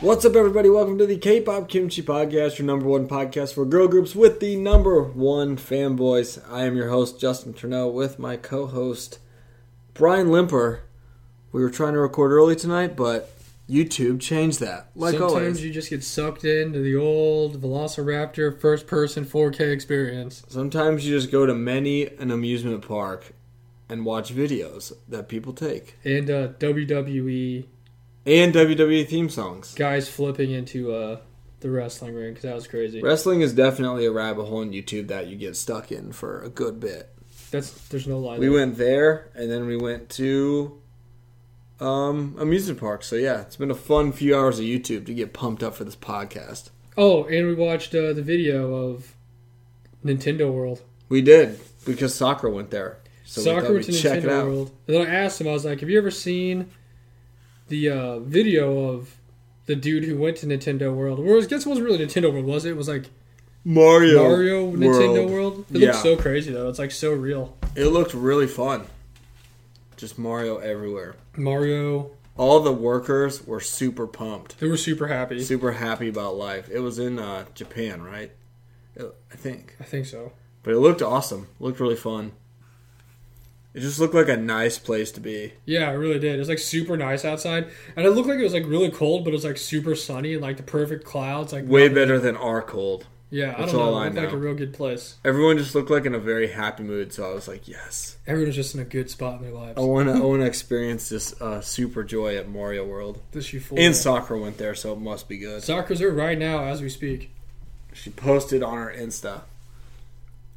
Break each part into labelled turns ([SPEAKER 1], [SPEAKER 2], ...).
[SPEAKER 1] What's up, everybody? Welcome to the K-pop Kimchi Podcast, your number one podcast for girl groups with the number one fanboys. I am your host Justin Turneau with my co-host Brian Limper. We were trying to record early tonight, but YouTube changed that. Like
[SPEAKER 2] Sometimes
[SPEAKER 1] always,
[SPEAKER 2] you just get sucked into the old Velociraptor first person 4K experience.
[SPEAKER 1] sometimes you just go to many an amusement park and watch videos that people take
[SPEAKER 2] And uh, WWE
[SPEAKER 1] and WWE theme songs.
[SPEAKER 2] guys flipping into uh, the wrestling ring because that was crazy.
[SPEAKER 1] Wrestling is definitely a rabbit hole on YouTube that you get stuck in for a good bit.
[SPEAKER 2] That's There's no lie.
[SPEAKER 1] We
[SPEAKER 2] there.
[SPEAKER 1] went there, and then we went to um, amusement park. So yeah, it's been a fun few hours of YouTube to get pumped up for this podcast.
[SPEAKER 2] oh, and we watched uh, the video of Nintendo World.
[SPEAKER 1] We did because soccer went there, so we
[SPEAKER 2] Soccer
[SPEAKER 1] thought
[SPEAKER 2] went to
[SPEAKER 1] we'd check it
[SPEAKER 2] Nintendo
[SPEAKER 1] out.
[SPEAKER 2] World. And then I asked him, I was like, have you ever seen the uh, video of the dude who went to Nintendo World? Well, I guess it wasn't really Nintendo World, was it? It was like
[SPEAKER 1] Mario,
[SPEAKER 2] Mario Nintendo
[SPEAKER 1] World.
[SPEAKER 2] World. It
[SPEAKER 1] Yeah.
[SPEAKER 2] looks so crazy though. It's like so real.
[SPEAKER 1] It looked really fun. Just Mario everywhere.
[SPEAKER 2] Mario,
[SPEAKER 1] All the workers were super pumped,
[SPEAKER 2] they were super happy.
[SPEAKER 1] super happy about life. It was in uh, Japan, right? It- I think.
[SPEAKER 2] I think so.
[SPEAKER 1] But it looked awesome. Looked really fun. It just looked like a nice place to be.
[SPEAKER 2] Yeah, it really did. It was like super nice outside, and it looked like it was like really cold, but it was like super sunny and like the perfect clouds. Like
[SPEAKER 1] Way better than our cold.
[SPEAKER 2] Yeah, I
[SPEAKER 1] That's
[SPEAKER 2] don't know.
[SPEAKER 1] all I
[SPEAKER 2] it looked like
[SPEAKER 1] know.
[SPEAKER 2] a real good place.
[SPEAKER 1] Everyone just looked like in a very happy mood, so I was like, yes.
[SPEAKER 2] Everyone was just in a good spot in their lives.
[SPEAKER 1] I want to I want to experience this uh, super joy at Mario World.
[SPEAKER 2] This euphoria.
[SPEAKER 1] And soccer went there, so it must be good.
[SPEAKER 2] Soccer's there right now as we speak.
[SPEAKER 1] She posted on her Insta.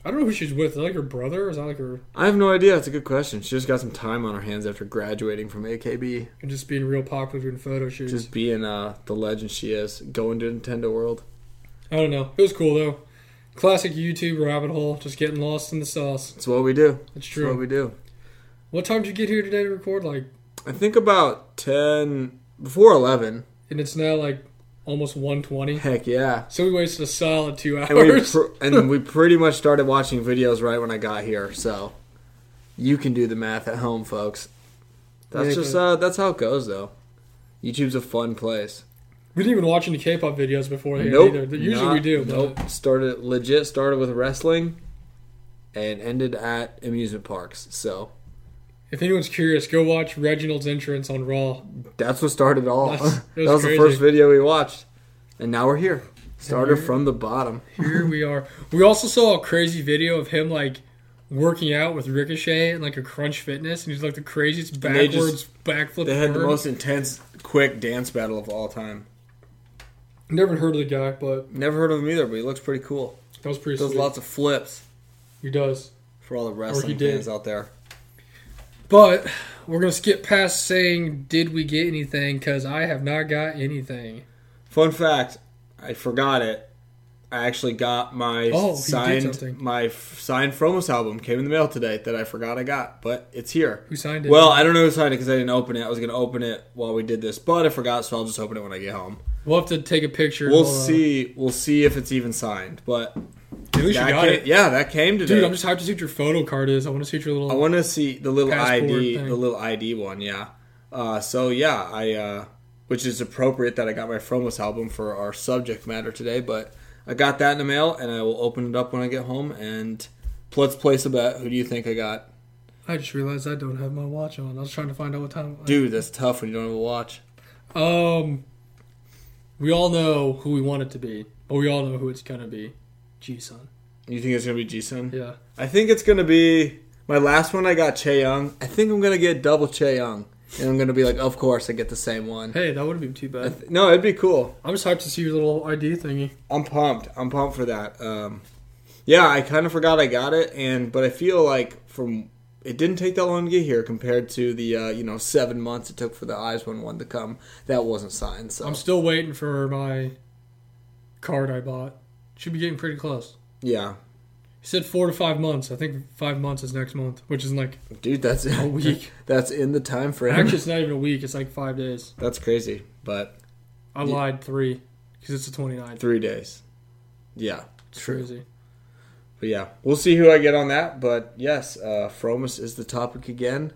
[SPEAKER 2] I don't know who she's with. Is that like her brother? Or is that like her
[SPEAKER 1] I have no idea. It's a good question. She just got some time on her hands after graduating from AKB,
[SPEAKER 2] just being real popular doing photo shoots?
[SPEAKER 1] just being uh, the legend she is, going to Nintendo World.
[SPEAKER 2] I don't know. It was cool though. Classic YouTube rabbit hole. Just getting lost in the sauce.
[SPEAKER 1] It's what we do.
[SPEAKER 2] It's
[SPEAKER 1] It's what
[SPEAKER 2] true.
[SPEAKER 1] we do.
[SPEAKER 2] What time did you get here today to record? Like,
[SPEAKER 1] I think about ten before eleven.
[SPEAKER 2] and it's now like almost 120.
[SPEAKER 1] Heck yeah!
[SPEAKER 2] So we wasted a solid two
[SPEAKER 1] And we
[SPEAKER 2] hours.
[SPEAKER 1] pr- and we pretty much started watching videos right when I got here, so you can do the math at home, folks. That's
[SPEAKER 2] Yeah,
[SPEAKER 1] just
[SPEAKER 2] but-
[SPEAKER 1] uh, that's how it goes, though. YouTube's a fun place.
[SPEAKER 2] We didn't even watch any K-pop videos before here
[SPEAKER 1] nope.
[SPEAKER 2] either. Usually we
[SPEAKER 1] not-
[SPEAKER 2] do. but-
[SPEAKER 1] Nope. Started legit. Started with wrestling, and ended at amusement parks. So
[SPEAKER 2] If anyone's curious, go watch Reginald's entrance on Raw.
[SPEAKER 1] that's what started it all.
[SPEAKER 2] That's-
[SPEAKER 1] that
[SPEAKER 2] it was
[SPEAKER 1] was the
[SPEAKER 2] crazy.
[SPEAKER 1] first video we watched, and now we're here. Started
[SPEAKER 2] we're-
[SPEAKER 1] from the bottom.
[SPEAKER 2] Here we are. We also saw a crazy video of him like working out with Ricochet and like a Crunch Fitness, and he's like the craziest
[SPEAKER 1] And they
[SPEAKER 2] backwards
[SPEAKER 1] just-
[SPEAKER 2] backflip.
[SPEAKER 1] They had the
[SPEAKER 2] ever.
[SPEAKER 1] most intense, quick dance battle of all time.
[SPEAKER 2] Never heard of the guy, but
[SPEAKER 1] Never heard of him either, but he looks pretty cool.
[SPEAKER 2] that was pretty.
[SPEAKER 1] Does
[SPEAKER 2] sweet.
[SPEAKER 1] lots of flips
[SPEAKER 2] He does.
[SPEAKER 1] for all the wrestling
[SPEAKER 2] did.
[SPEAKER 1] fans out there.
[SPEAKER 2] But we're gonna skip past saying, "Did we get anything?" Because I have not got anything.
[SPEAKER 1] Fun fact: I forgot it. I actually got my
[SPEAKER 2] Oh, you did
[SPEAKER 1] signed
[SPEAKER 2] something.
[SPEAKER 1] my f- signed Fromos album came in the mail today that I forgot I got, but it's here.
[SPEAKER 2] Who signed it?
[SPEAKER 1] Well, I don't know who signed it because I didn't open it. I was going to open it while we did this, but I forgot, so I'll just open it when I get home.
[SPEAKER 2] we'll have to take a picture. and
[SPEAKER 1] We'll
[SPEAKER 2] hold on.
[SPEAKER 1] see. We'll see if it's even signed. But
[SPEAKER 2] At least
[SPEAKER 1] that
[SPEAKER 2] you got
[SPEAKER 1] came-
[SPEAKER 2] it.
[SPEAKER 1] yeah, that came today.
[SPEAKER 2] Dude, I'm just hyped to see what your photo card is. I want to see what your little.
[SPEAKER 1] I want to see the little
[SPEAKER 2] Passport
[SPEAKER 1] ID,
[SPEAKER 2] thing.
[SPEAKER 1] the little ID one, yeah. Uh, so yeah, I, uh, which is appropriate that I got my Fromos album for our subject matter today, but I got that in the mail, and I will open it up when I get home. And let's place a bet. Who do you think I got?
[SPEAKER 2] Oh. I just realized I don't have my watch on. I was trying to find out what time.
[SPEAKER 1] Dude, that's tough when you don't have a watch.
[SPEAKER 2] Um, we all know who we want it to be, but we all know who it's gonna be. G Sun.
[SPEAKER 1] You think it's gonna be Jisung?
[SPEAKER 2] Yeah.
[SPEAKER 1] I think it's gonna be my last one. I got Che Young. I think I'm gonna get double Che Young, and I'm gonna be like, of course I get the same one.
[SPEAKER 2] Hey, that wouldn't be too
[SPEAKER 1] I
[SPEAKER 2] bad.
[SPEAKER 1] th- no, it'd be cool.
[SPEAKER 2] I'm just hyped to see your little ID thingy.
[SPEAKER 1] I'm pumped. I'm pumped for that. Um, yeah, I kind of forgot I got it, and but I feel like from it didn't take that long to get here compared to the uh, you know seven months it took for the eyes one one to come. That wasn't signed. So
[SPEAKER 2] I'm still waiting for my card I bought. Should be getting pretty close.
[SPEAKER 1] yeah,
[SPEAKER 2] He said four to five months. I think five months is next month, which is like
[SPEAKER 1] dude, that's
[SPEAKER 2] a week.
[SPEAKER 1] That's in the time frame.
[SPEAKER 2] Actually, it's not even a week. It's like five days.
[SPEAKER 1] that's crazy, but
[SPEAKER 2] I
[SPEAKER 1] Yeah.
[SPEAKER 2] lied three because it's the 29th.
[SPEAKER 1] three days. Yeah,
[SPEAKER 2] It's crazy.
[SPEAKER 1] But yeah, we'll see who I get on that. But yes, uh, Fromus is the topic again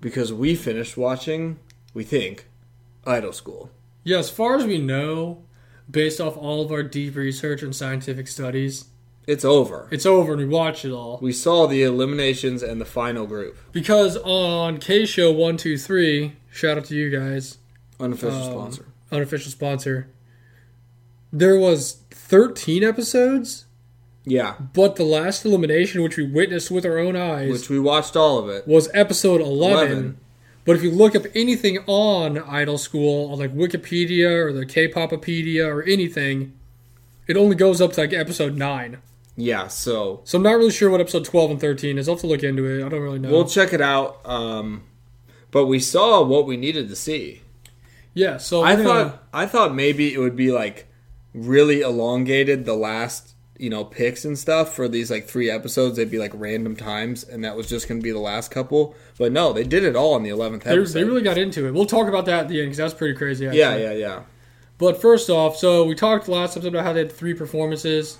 [SPEAKER 1] because we finished watching, we think, Idol School.
[SPEAKER 2] Yeah, as far as we know, based off all of our deep research and scientific studies,
[SPEAKER 1] It's over.
[SPEAKER 2] it's over and we watched it all.
[SPEAKER 1] We saw the eliminations and the final group.
[SPEAKER 2] Because on K Show 123, shout out to you guys,
[SPEAKER 1] Unofficial
[SPEAKER 2] Um,
[SPEAKER 1] sponsor.
[SPEAKER 2] unofficial sponsor, there was 13 episodes,
[SPEAKER 1] Yeah,
[SPEAKER 2] but the last elimination, which we witnessed with our own eyes,
[SPEAKER 1] which we watched all of it.
[SPEAKER 2] was episode 11.
[SPEAKER 1] 11.
[SPEAKER 2] But if you look up anything on Idol School, on like Wikipedia or the K-Popopedia or anything, it only goes up to like episode 9.
[SPEAKER 1] Yeah, so
[SPEAKER 2] So I'm not really sure what episode 12 and 13 is. I'll have to look into it. I don't really know.
[SPEAKER 1] we'll check it out. Um, but we saw what we needed to see.
[SPEAKER 2] yeah, so
[SPEAKER 1] I
[SPEAKER 2] we're gonna-
[SPEAKER 1] thought I thought maybe it would be like really elongated the last you know picks and stuff for these like three episodes. They'd be like random times, and that was just going to be the last couple. But no, they did it all in the eleventh
[SPEAKER 2] they,
[SPEAKER 1] episode.
[SPEAKER 2] they really got into it. We'll talk about that at the end because that's pretty crazy. Actually.
[SPEAKER 1] yeah, yeah, yeah.
[SPEAKER 2] But first off, so we talked last episode about how they had three performances.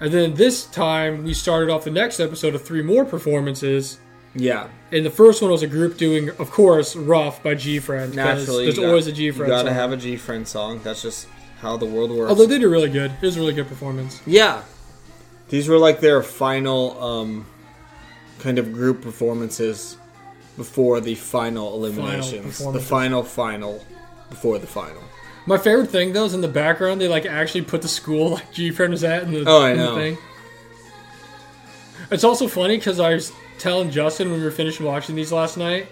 [SPEAKER 2] And then this time, we started off the next episode of three more performances.
[SPEAKER 1] Yeah,
[SPEAKER 2] And the first one was a group doing, of course, Rough by G Friend.
[SPEAKER 1] naturally,
[SPEAKER 2] There's
[SPEAKER 1] you got-
[SPEAKER 2] always a G
[SPEAKER 1] You
[SPEAKER 2] Friend.
[SPEAKER 1] gotta
[SPEAKER 2] song.
[SPEAKER 1] have a G friend song. That's just how the world works.
[SPEAKER 2] Although they did really good. It was a really good performance.
[SPEAKER 1] Yeah. These were like their final um, kind of group performances before the final eliminations. the
[SPEAKER 2] performances.
[SPEAKER 1] final final before the final.
[SPEAKER 2] My favorite thing, though, is in the background, they like actually put the school like G Friend was at in the,
[SPEAKER 1] Oh, I
[SPEAKER 2] in the
[SPEAKER 1] know.
[SPEAKER 2] thing. It's also funny because I was telling Justin when we were finished watching these last night,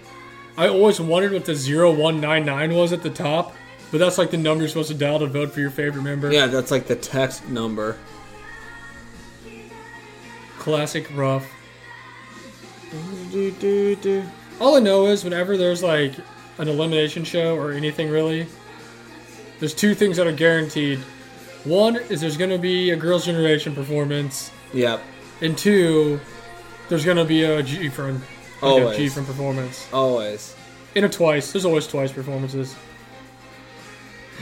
[SPEAKER 2] I always wondered what the 0199 was at the top, but that's like the number you're supposed to dial to vote for your favorite member.
[SPEAKER 1] Yeah, that's like the text number.
[SPEAKER 2] Classic rough. All I know is whenever there's like an elimination show or anything really, there's two things that are guaranteed. One is there's going to be a Girls' Generation performance,
[SPEAKER 1] Yep.
[SPEAKER 2] and two, there's going to be a G friend, like a G
[SPEAKER 1] Always.
[SPEAKER 2] friend performance.
[SPEAKER 1] Always.
[SPEAKER 2] In a twice, there's always twice performances.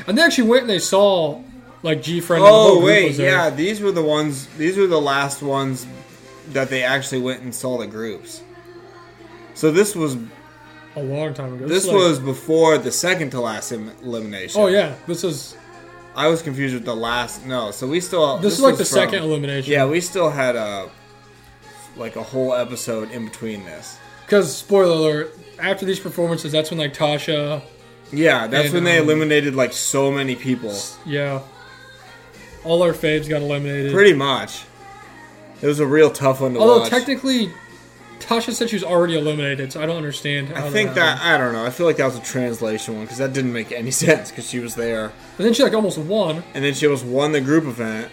[SPEAKER 2] And they actually went and they saw like G friend. and the whole
[SPEAKER 1] Oh
[SPEAKER 2] group
[SPEAKER 1] wait,
[SPEAKER 2] was there.
[SPEAKER 1] yeah, these were the ones these were the last ones that they actually went and saw the groups. So this was
[SPEAKER 2] a long time ago.
[SPEAKER 1] this
[SPEAKER 2] is, like-
[SPEAKER 1] was before the second to last em- elimination.
[SPEAKER 2] Oh yeah, this is
[SPEAKER 1] I was confused with the last. No, so we still.
[SPEAKER 2] this, is like the
[SPEAKER 1] was from-
[SPEAKER 2] second elimination.
[SPEAKER 1] Yeah, we still had a like a whole episode in between this.
[SPEAKER 2] Because spoiler alert, after these performances, that's when like Tasha,
[SPEAKER 1] Yeah, that's
[SPEAKER 2] And,
[SPEAKER 1] when they
[SPEAKER 2] um,
[SPEAKER 1] eliminated like so many people.
[SPEAKER 2] yeah, all our faves got eliminated.
[SPEAKER 1] Pretty much. It was a real tough one to
[SPEAKER 2] Although
[SPEAKER 1] watch.
[SPEAKER 2] technically, Tasha said she was already eliminated, so I don't understand. How
[SPEAKER 1] I think that I don't know. I feel like that was a translation one because that didn't make any sense because she was there
[SPEAKER 2] happened. And then she like almost won.
[SPEAKER 1] and then she almost won the group event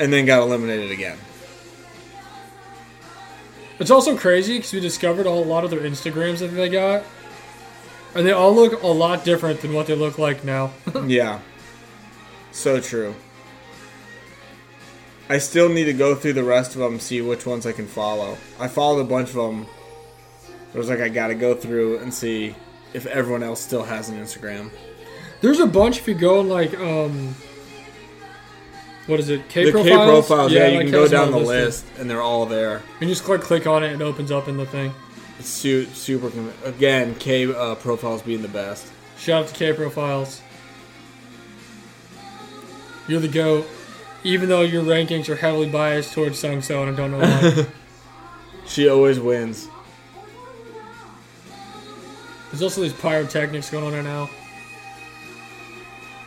[SPEAKER 1] and then got eliminated again.
[SPEAKER 2] It's also crazy because we discovered a lot of their Instagrams that they got, and they all look a lot different than what they look like now.
[SPEAKER 1] yeah. So true. I still need to go through the rest of them see which ones I can follow. I followed a bunch of them. It was like I got to go through and see if everyone else still has an Instagram.
[SPEAKER 2] There's a bunch if you go on like um, what is it? K
[SPEAKER 1] The
[SPEAKER 2] profiles.
[SPEAKER 1] K profiles, yeah, you
[SPEAKER 2] like
[SPEAKER 1] can
[SPEAKER 2] K
[SPEAKER 1] go
[SPEAKER 2] has
[SPEAKER 1] down the
[SPEAKER 2] another
[SPEAKER 1] list and they're all there.
[SPEAKER 2] and you just click click on it, and it opens up in the thing.
[SPEAKER 1] It's su- super con- again K uh, profiles being the best.
[SPEAKER 2] Shout out to K Profiles. You're the GOAT, even though your rankings are heavily biased towards Sung So, and I don't know why.
[SPEAKER 1] She always wins.
[SPEAKER 2] There's also these pyrotechnics going on right now.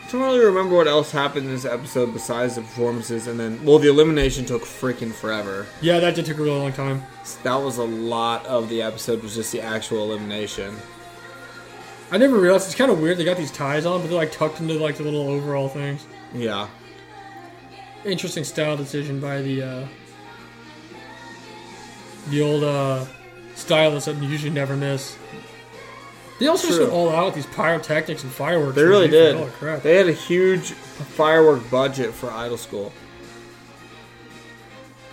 [SPEAKER 1] I don't really remember what else happened in this episode besides the performances and then well the elimination took freaking forever.
[SPEAKER 2] Yeah, that did take a really long time.
[SPEAKER 1] That was a lot of the episode was just the actual elimination.
[SPEAKER 2] I never realized it's kind of weird they got these ties on, but they're like tucked into like the little overall things.
[SPEAKER 1] Yeah.
[SPEAKER 2] Interesting style decision by the uh, the old uh, stylist that usually never miss. They also just
[SPEAKER 1] True.
[SPEAKER 2] went all out with these pyrotechnics and fireworks.
[SPEAKER 1] They
[SPEAKER 2] and
[SPEAKER 1] really
[SPEAKER 2] these were-
[SPEAKER 1] did.
[SPEAKER 2] Oh, crap.
[SPEAKER 1] They had a huge firework budget for Idol School.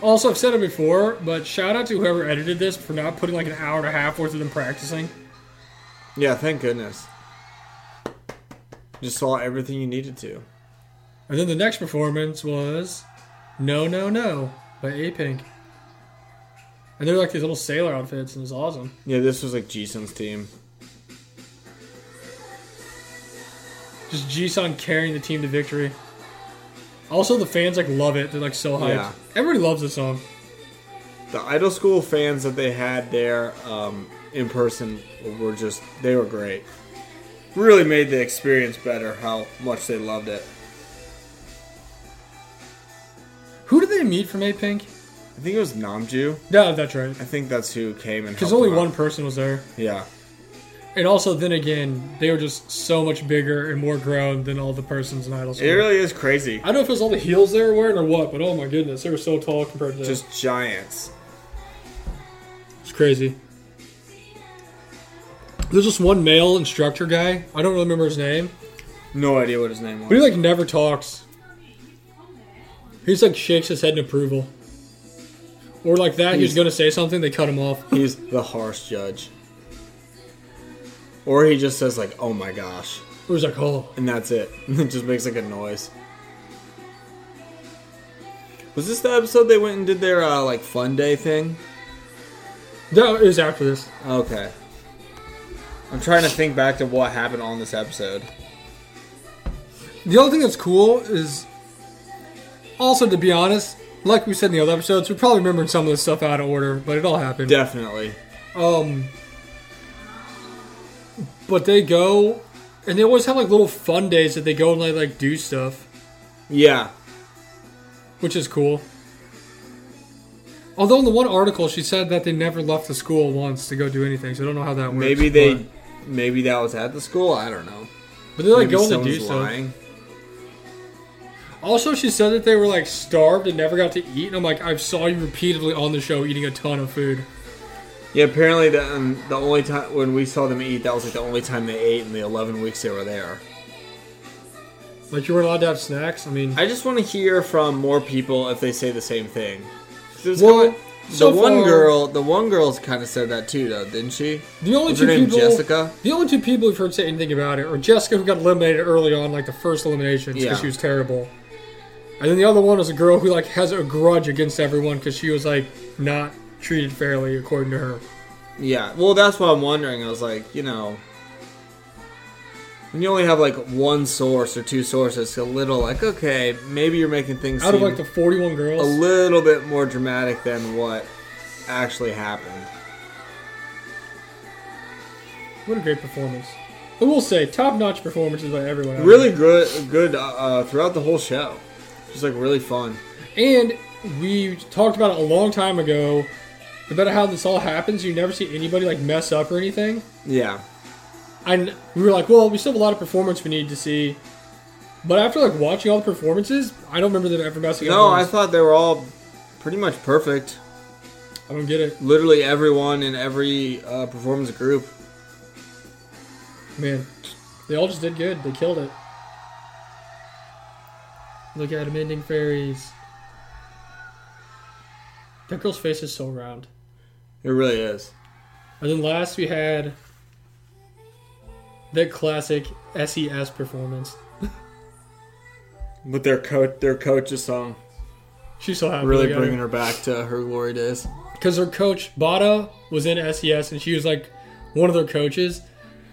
[SPEAKER 2] Also, I've said it before, but shout out to whoever edited this for not putting like an hour and a half worth of them practicing.
[SPEAKER 1] Yeah, thank goodness. Just saw everything you needed to.
[SPEAKER 2] And then the next performance was No No No by A Pink. And they're like these little sailor outfits, and it's awesome.
[SPEAKER 1] Yeah, this was like Jisung's team.
[SPEAKER 2] Just Jisun carrying the team to victory. Also, the fans like love it. They're like so hyped.
[SPEAKER 1] Yeah.
[SPEAKER 2] Everybody loves this song.
[SPEAKER 1] The Idol School fans that they had there um, in person were just, they were great. Really made the experience better how much they loved it.
[SPEAKER 2] Who did they meet from A Pink?
[SPEAKER 1] I think it was Namju.
[SPEAKER 2] No, that's right.
[SPEAKER 1] I think that's who came and
[SPEAKER 2] Because
[SPEAKER 1] helped
[SPEAKER 2] only
[SPEAKER 1] them out.
[SPEAKER 2] one person was there.
[SPEAKER 1] Yeah.
[SPEAKER 2] And also, then again, they were just so much bigger and more grown than all the persons in Idol School.
[SPEAKER 1] It really is crazy.
[SPEAKER 2] I don't know if it was all the heels they were wearing or what, but oh my goodness, they were so tall compared to
[SPEAKER 1] Just giants.
[SPEAKER 2] It's crazy. There's this one male instructor guy. I don't remember his name,
[SPEAKER 1] No idea what his name
[SPEAKER 2] but he
[SPEAKER 1] was.
[SPEAKER 2] like never talks. He just like shakes his head in approval. Or like that, he was gonna say something, they cut him off.
[SPEAKER 1] He's the harsh judge. Or he just says like, "Oh my gosh,"
[SPEAKER 2] It was like, oh,
[SPEAKER 1] and that's it. it just makes like a noise. Was this the episode they went and did their uh, like fun day thing?
[SPEAKER 2] that is after this.
[SPEAKER 1] Okay. I'm trying to think back to what happened on this episode.
[SPEAKER 2] The other thing that's cool is also to be honest, like we said in the other episodes, we're probably remembering some of this stuff out of order, but it all happened.
[SPEAKER 1] Definitely.
[SPEAKER 2] Um, but they go, and they always have like little fun days that they go and like, like do stuff,
[SPEAKER 1] Yeah.
[SPEAKER 2] which is cool. Although in the one article she said that they never left the school once to go do anything, so I don't know how that works.
[SPEAKER 1] Maybe they.
[SPEAKER 2] but,
[SPEAKER 1] Maybe that was at the school. I don't know.
[SPEAKER 2] but they like
[SPEAKER 1] maybe
[SPEAKER 2] go and
[SPEAKER 1] someone's
[SPEAKER 2] they do stuff. Also, she said that they were like starved and never got to eat, and I'm like, I saw you repeatedly on the show eating a ton of food.
[SPEAKER 1] Yeah, apparently the um, the only time when we saw them eat, that was like the only time they ate in the eleven weeks they were there.
[SPEAKER 2] Like you weren't allowed to have snacks. I mean,
[SPEAKER 1] I just want to hear from more people if they say the same thing. There's
[SPEAKER 2] Well,
[SPEAKER 1] kinda-
[SPEAKER 2] so
[SPEAKER 1] the one
[SPEAKER 2] far-
[SPEAKER 1] girl, the one girl's kind of said that too, though, didn't she?
[SPEAKER 2] the only
[SPEAKER 1] Was
[SPEAKER 2] two
[SPEAKER 1] her name
[SPEAKER 2] people
[SPEAKER 1] Jessica?
[SPEAKER 2] The only two people who've heard say anything about it are Jessica, who got eliminated early on, like the first elimination, because
[SPEAKER 1] Yeah.
[SPEAKER 2] she was terrible. And then the other one is a girl who like has a grudge against everyone because she was like not treated fairly according to her.
[SPEAKER 1] Yeah. Well, that's what I'm wondering. I was like, you know, when you only have like one source or two sources, it's a little like, okay, maybe you're making things
[SPEAKER 2] Out of
[SPEAKER 1] seem
[SPEAKER 2] like the forty-one
[SPEAKER 1] a
[SPEAKER 2] girls,
[SPEAKER 1] little bit more dramatic than what actually happened.
[SPEAKER 2] what a great performance! I will say, top-notch performances by everyone. out
[SPEAKER 1] really good good uh, uh, throughout the whole show just like really fun
[SPEAKER 2] there. And we talked about it a long time ago about how this all happens. You never see anybody like mess up or anything.
[SPEAKER 1] yeah
[SPEAKER 2] and we were like, well, we still have a lot of performance we need to see. But after like watching all the performances, I don't remember them ever messing up.
[SPEAKER 1] no i
[SPEAKER 2] once.
[SPEAKER 1] thought they were all pretty much perfect
[SPEAKER 2] I don't get it,
[SPEAKER 1] literally everyone in every uh, performance group
[SPEAKER 2] man. They all just did good. They killed it. Look at him ending fairies. That girl's face is so round.
[SPEAKER 1] it really is
[SPEAKER 2] And then last we had that classic SES performance.
[SPEAKER 1] but their coach their coach's song
[SPEAKER 2] She's so happy.
[SPEAKER 1] really bringing her back to her glory days
[SPEAKER 2] because her coach Bada was in SES and she was like one of their coaches,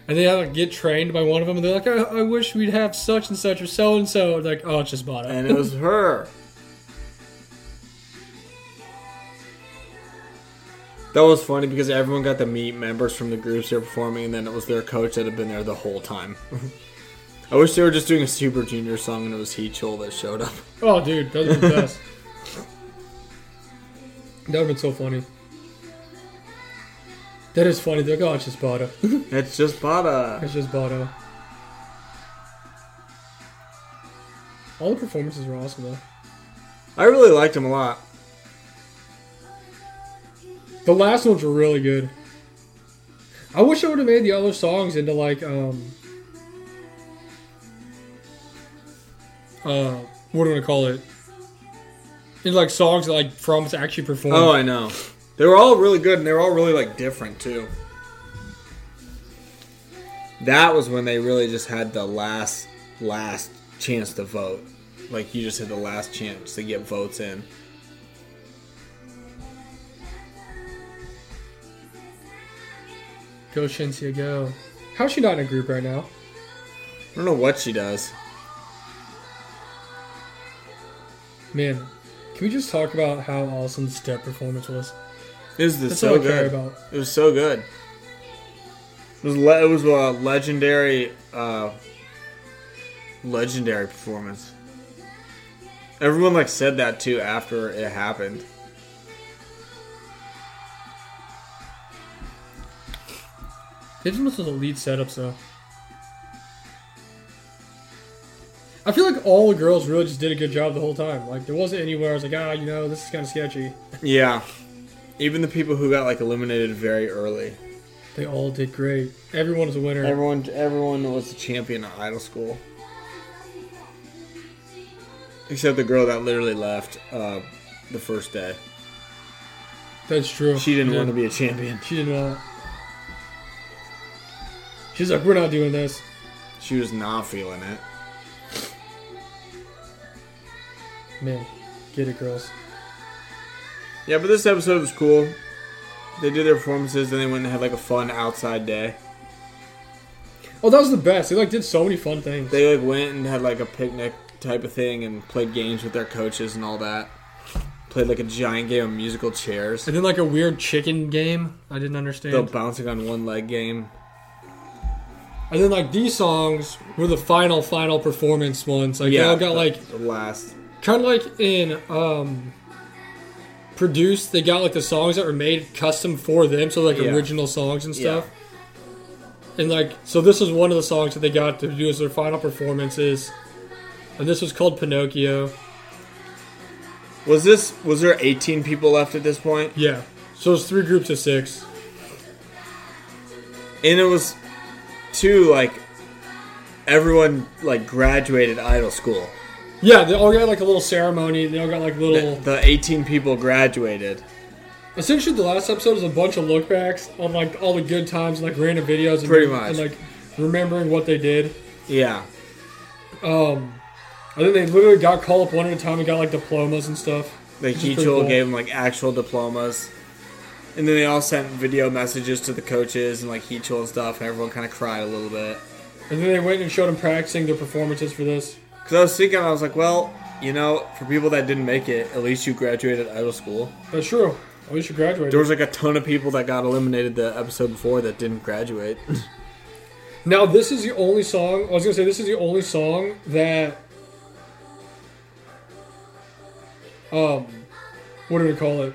[SPEAKER 2] and they had like get trained by one of them, and they're like, I, I wish we'd have such and such or so and so. Like, oh, it's just Bada.
[SPEAKER 1] and it was her That was funny because everyone got to meet members from the groups they're performing, and then it was their coach that had been there the whole time. I wish they were just doing a Super Junior song and it was He Chol that showed up.
[SPEAKER 2] oh, dude, those were the best. that would've been so funny. That is funny. They're like, oh, it's just Bada.
[SPEAKER 1] It's just Bada.
[SPEAKER 2] It's just Bada. All the performances were awesome though.
[SPEAKER 1] I really liked him a lot.
[SPEAKER 2] The last ones were really good. I wish I would have made the other songs into like um uh what do I call it? Into like songs that like from to actually perform.
[SPEAKER 1] Oh, I know. They were all really good, and they were all really like different too. That was when they really just had the last last chance to vote. Like you just had the last chance to get votes in.
[SPEAKER 2] Go Shinsia, go. How's she not in a group right now?
[SPEAKER 1] don't know what she does.
[SPEAKER 2] Man, can we just talk about how awesome the step performance was?
[SPEAKER 1] It was
[SPEAKER 2] That's
[SPEAKER 1] so
[SPEAKER 2] all I care
[SPEAKER 1] good.
[SPEAKER 2] about.
[SPEAKER 1] It was so good. It was le- it was a legendary, uh, legendary performance. Everyone like said that too after it happened.
[SPEAKER 2] They just must have the lead setups though. I feel like all the girls really just did a good job the whole time. Like there wasn't anywhere I was like, ah, you know, this is kind of sketchy.
[SPEAKER 1] Yeah, even the people who got like eliminated very early.
[SPEAKER 2] They all did great. Everyone was a winner.
[SPEAKER 1] Everyone, everyone was a champion at Idol School, except the girl that literally left uh, the first day.
[SPEAKER 2] That's true.
[SPEAKER 1] She didn't
[SPEAKER 2] Yeah.
[SPEAKER 1] want to be a champion.
[SPEAKER 2] She did not. She's like, we're not doing this.
[SPEAKER 1] She was not feeling it.
[SPEAKER 2] Man, get it, girls.
[SPEAKER 1] Yeah, but this episode was cool. They did their performances, and they went and had like a fun outside day.
[SPEAKER 2] Oh, that was the best. They like did so many fun things.
[SPEAKER 1] They like went and had like a picnic type of thing, and played games with their coaches and all that. Played like a giant game of musical chairs.
[SPEAKER 2] and then like a weird chicken game. I didn't understand.
[SPEAKER 1] The bouncing on one leg game.
[SPEAKER 2] And then like these songs were the final, final performance ones. Like they all got
[SPEAKER 1] the-
[SPEAKER 2] like
[SPEAKER 1] the last.
[SPEAKER 2] kind of like in um produced. They got like the songs that were made custom for them, so like
[SPEAKER 1] Yeah.
[SPEAKER 2] original songs and stuff. And like so, this was one of the songs that they got to do as their final performances. And this was called Pinocchio.
[SPEAKER 1] Was this? Was there 18 people left at this point?
[SPEAKER 2] Yeah. So it's three groups of six.
[SPEAKER 1] And it was, too like, everyone like graduated idol school.
[SPEAKER 2] Yeah, they all got like a little ceremony. They all got like little.
[SPEAKER 1] The, the 18 people graduated.
[SPEAKER 2] Essentially, the last episode was a bunch of lookbacks on like all the good times, like random videos, and,
[SPEAKER 1] Pretty much.
[SPEAKER 2] and like remembering what they did.
[SPEAKER 1] Yeah.
[SPEAKER 2] Um, and then they literally got called up one at a time and got like diplomas and stuff.
[SPEAKER 1] Like
[SPEAKER 2] Which is
[SPEAKER 1] each
[SPEAKER 2] pretty
[SPEAKER 1] will
[SPEAKER 2] cool.
[SPEAKER 1] gave them like actual diplomas, and then they all sent video messages to the coaches and like Heechul and stuff, and everyone kind of cried a little bit.
[SPEAKER 2] And then they went and showed them practicing their performances for this.
[SPEAKER 1] Because I was thinking, I was like, well, you know, for people that didn't make it, at least you graduated idol school.
[SPEAKER 2] That's true. At least you graduated.
[SPEAKER 1] There was like a ton of people that got eliminated the episode before that didn't graduate.
[SPEAKER 2] Now this is the only song. I was gonna say this is the only song that. Um, what do we call it?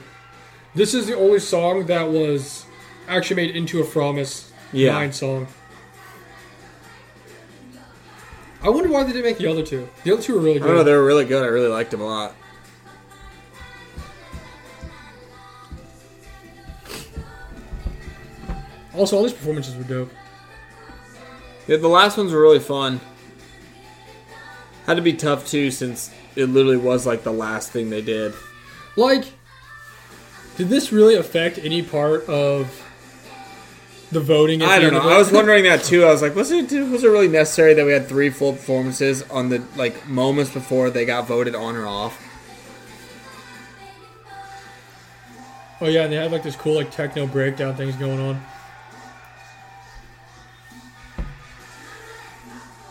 [SPEAKER 2] This is the only song that was actually made into a promise
[SPEAKER 1] Yeah.
[SPEAKER 2] nine song. I wonder why they didn't make the other two. The other two were really
[SPEAKER 1] I
[SPEAKER 2] good.
[SPEAKER 1] don't know, they were really good. I really liked them a lot.
[SPEAKER 2] also, all these performances were dope.
[SPEAKER 1] Yeah, the last ones were really fun. Had to be tough too, since it literally was like the last thing they did.
[SPEAKER 2] Like, did this really affect any part of the voting? at
[SPEAKER 1] I
[SPEAKER 2] the
[SPEAKER 1] don't
[SPEAKER 2] end
[SPEAKER 1] know.
[SPEAKER 2] of it?
[SPEAKER 1] I was wondering that too. I was like, was it was it really necessary that we had three full performances on the like moments before they got voted on or off?
[SPEAKER 2] Oh yeah, and they had like this cool like techno breakdown things going on.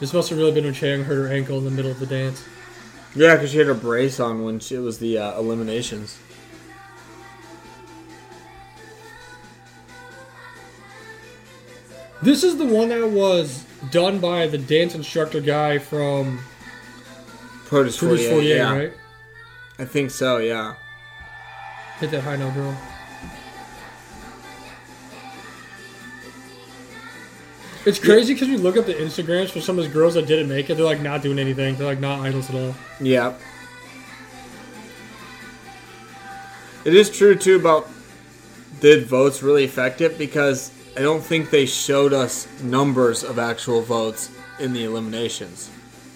[SPEAKER 2] This must have really been when Chang hurt her ankle in the middle of the dance.
[SPEAKER 1] Yeah, because she had a brace on when she, it was the uh, eliminations.
[SPEAKER 2] This is the one that was done by the dance instructor guy from
[SPEAKER 1] Produce 48,
[SPEAKER 2] Produce 48,
[SPEAKER 1] yeah.
[SPEAKER 2] right?
[SPEAKER 1] I think so, yeah.
[SPEAKER 2] Hit that high note, girl. It's crazy because we look up the Instagrams for some of those girls that didn't make it. They're like not doing anything. They're like not idols at all.
[SPEAKER 1] Yeah. It is true too about did votes really affect it because I don't think they showed us numbers of actual votes in the eliminations.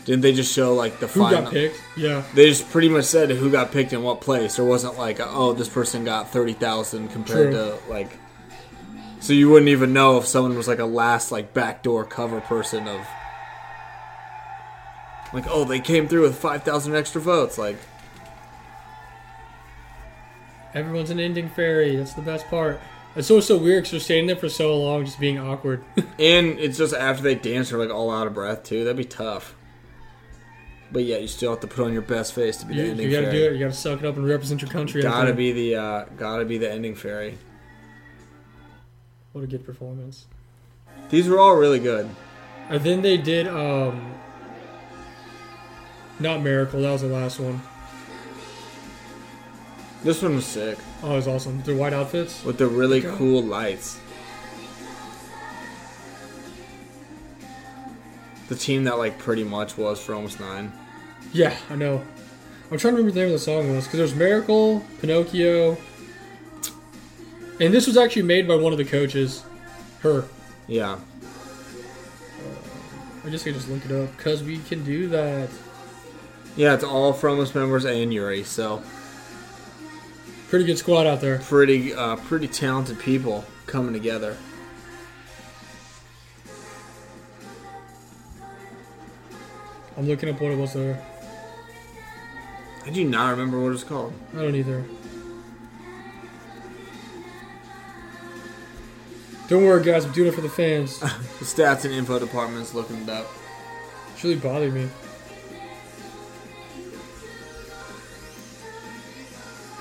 [SPEAKER 1] Didn't they just show like the
[SPEAKER 2] Who
[SPEAKER 1] final?
[SPEAKER 2] got picked? Yeah.
[SPEAKER 1] They just pretty much said who got picked in what place. There wasn't like oh this person got thirty thousand compared
[SPEAKER 2] True.
[SPEAKER 1] to like. So you wouldn't even know if someone was like a last like backdoor cover person of. Like oh they came through with five thousand extra votes like
[SPEAKER 2] Everyone's an ending fairy. That's the best part. It's so so weird because they're standing there for so long, just being awkward.
[SPEAKER 1] And it's just after they dance, they're like all out of breath too. That'd be tough. But yeah, you still have to put on your best face to be
[SPEAKER 2] you,
[SPEAKER 1] the ending
[SPEAKER 2] you gotta
[SPEAKER 1] fairy.
[SPEAKER 2] do it. You gotta suck it up and represent your country. out
[SPEAKER 1] Gotta
[SPEAKER 2] there.
[SPEAKER 1] be the uh, gotta be the ending fairy.
[SPEAKER 2] What a good performance.
[SPEAKER 1] These were all really good.
[SPEAKER 2] And then they did um, not miracle. That was the last one.
[SPEAKER 1] This one was sick
[SPEAKER 2] Oh, it was awesome. Their white outfits.
[SPEAKER 1] with the really
[SPEAKER 2] Okay.
[SPEAKER 1] cool lights. The team that like pretty much was for almost nine.
[SPEAKER 2] Yeah, I know. I'm trying to remember the name of the song was because there's Miracle, Pinocchio, and this was actually made by one of the coaches. Her.
[SPEAKER 1] Yeah,
[SPEAKER 2] I just I just look it up because we can do that.
[SPEAKER 1] yeah. It's all from us members and Yuri. So
[SPEAKER 2] Pretty good squad out there.
[SPEAKER 1] pretty uh, pretty talented people coming together.
[SPEAKER 2] I'm looking up what it was there.
[SPEAKER 1] I do not remember what it's called.
[SPEAKER 2] I don't either. Don't worry, guys. I'm doing it for the fans.
[SPEAKER 1] The stats and info department's looking it up.
[SPEAKER 2] It's really bothered me.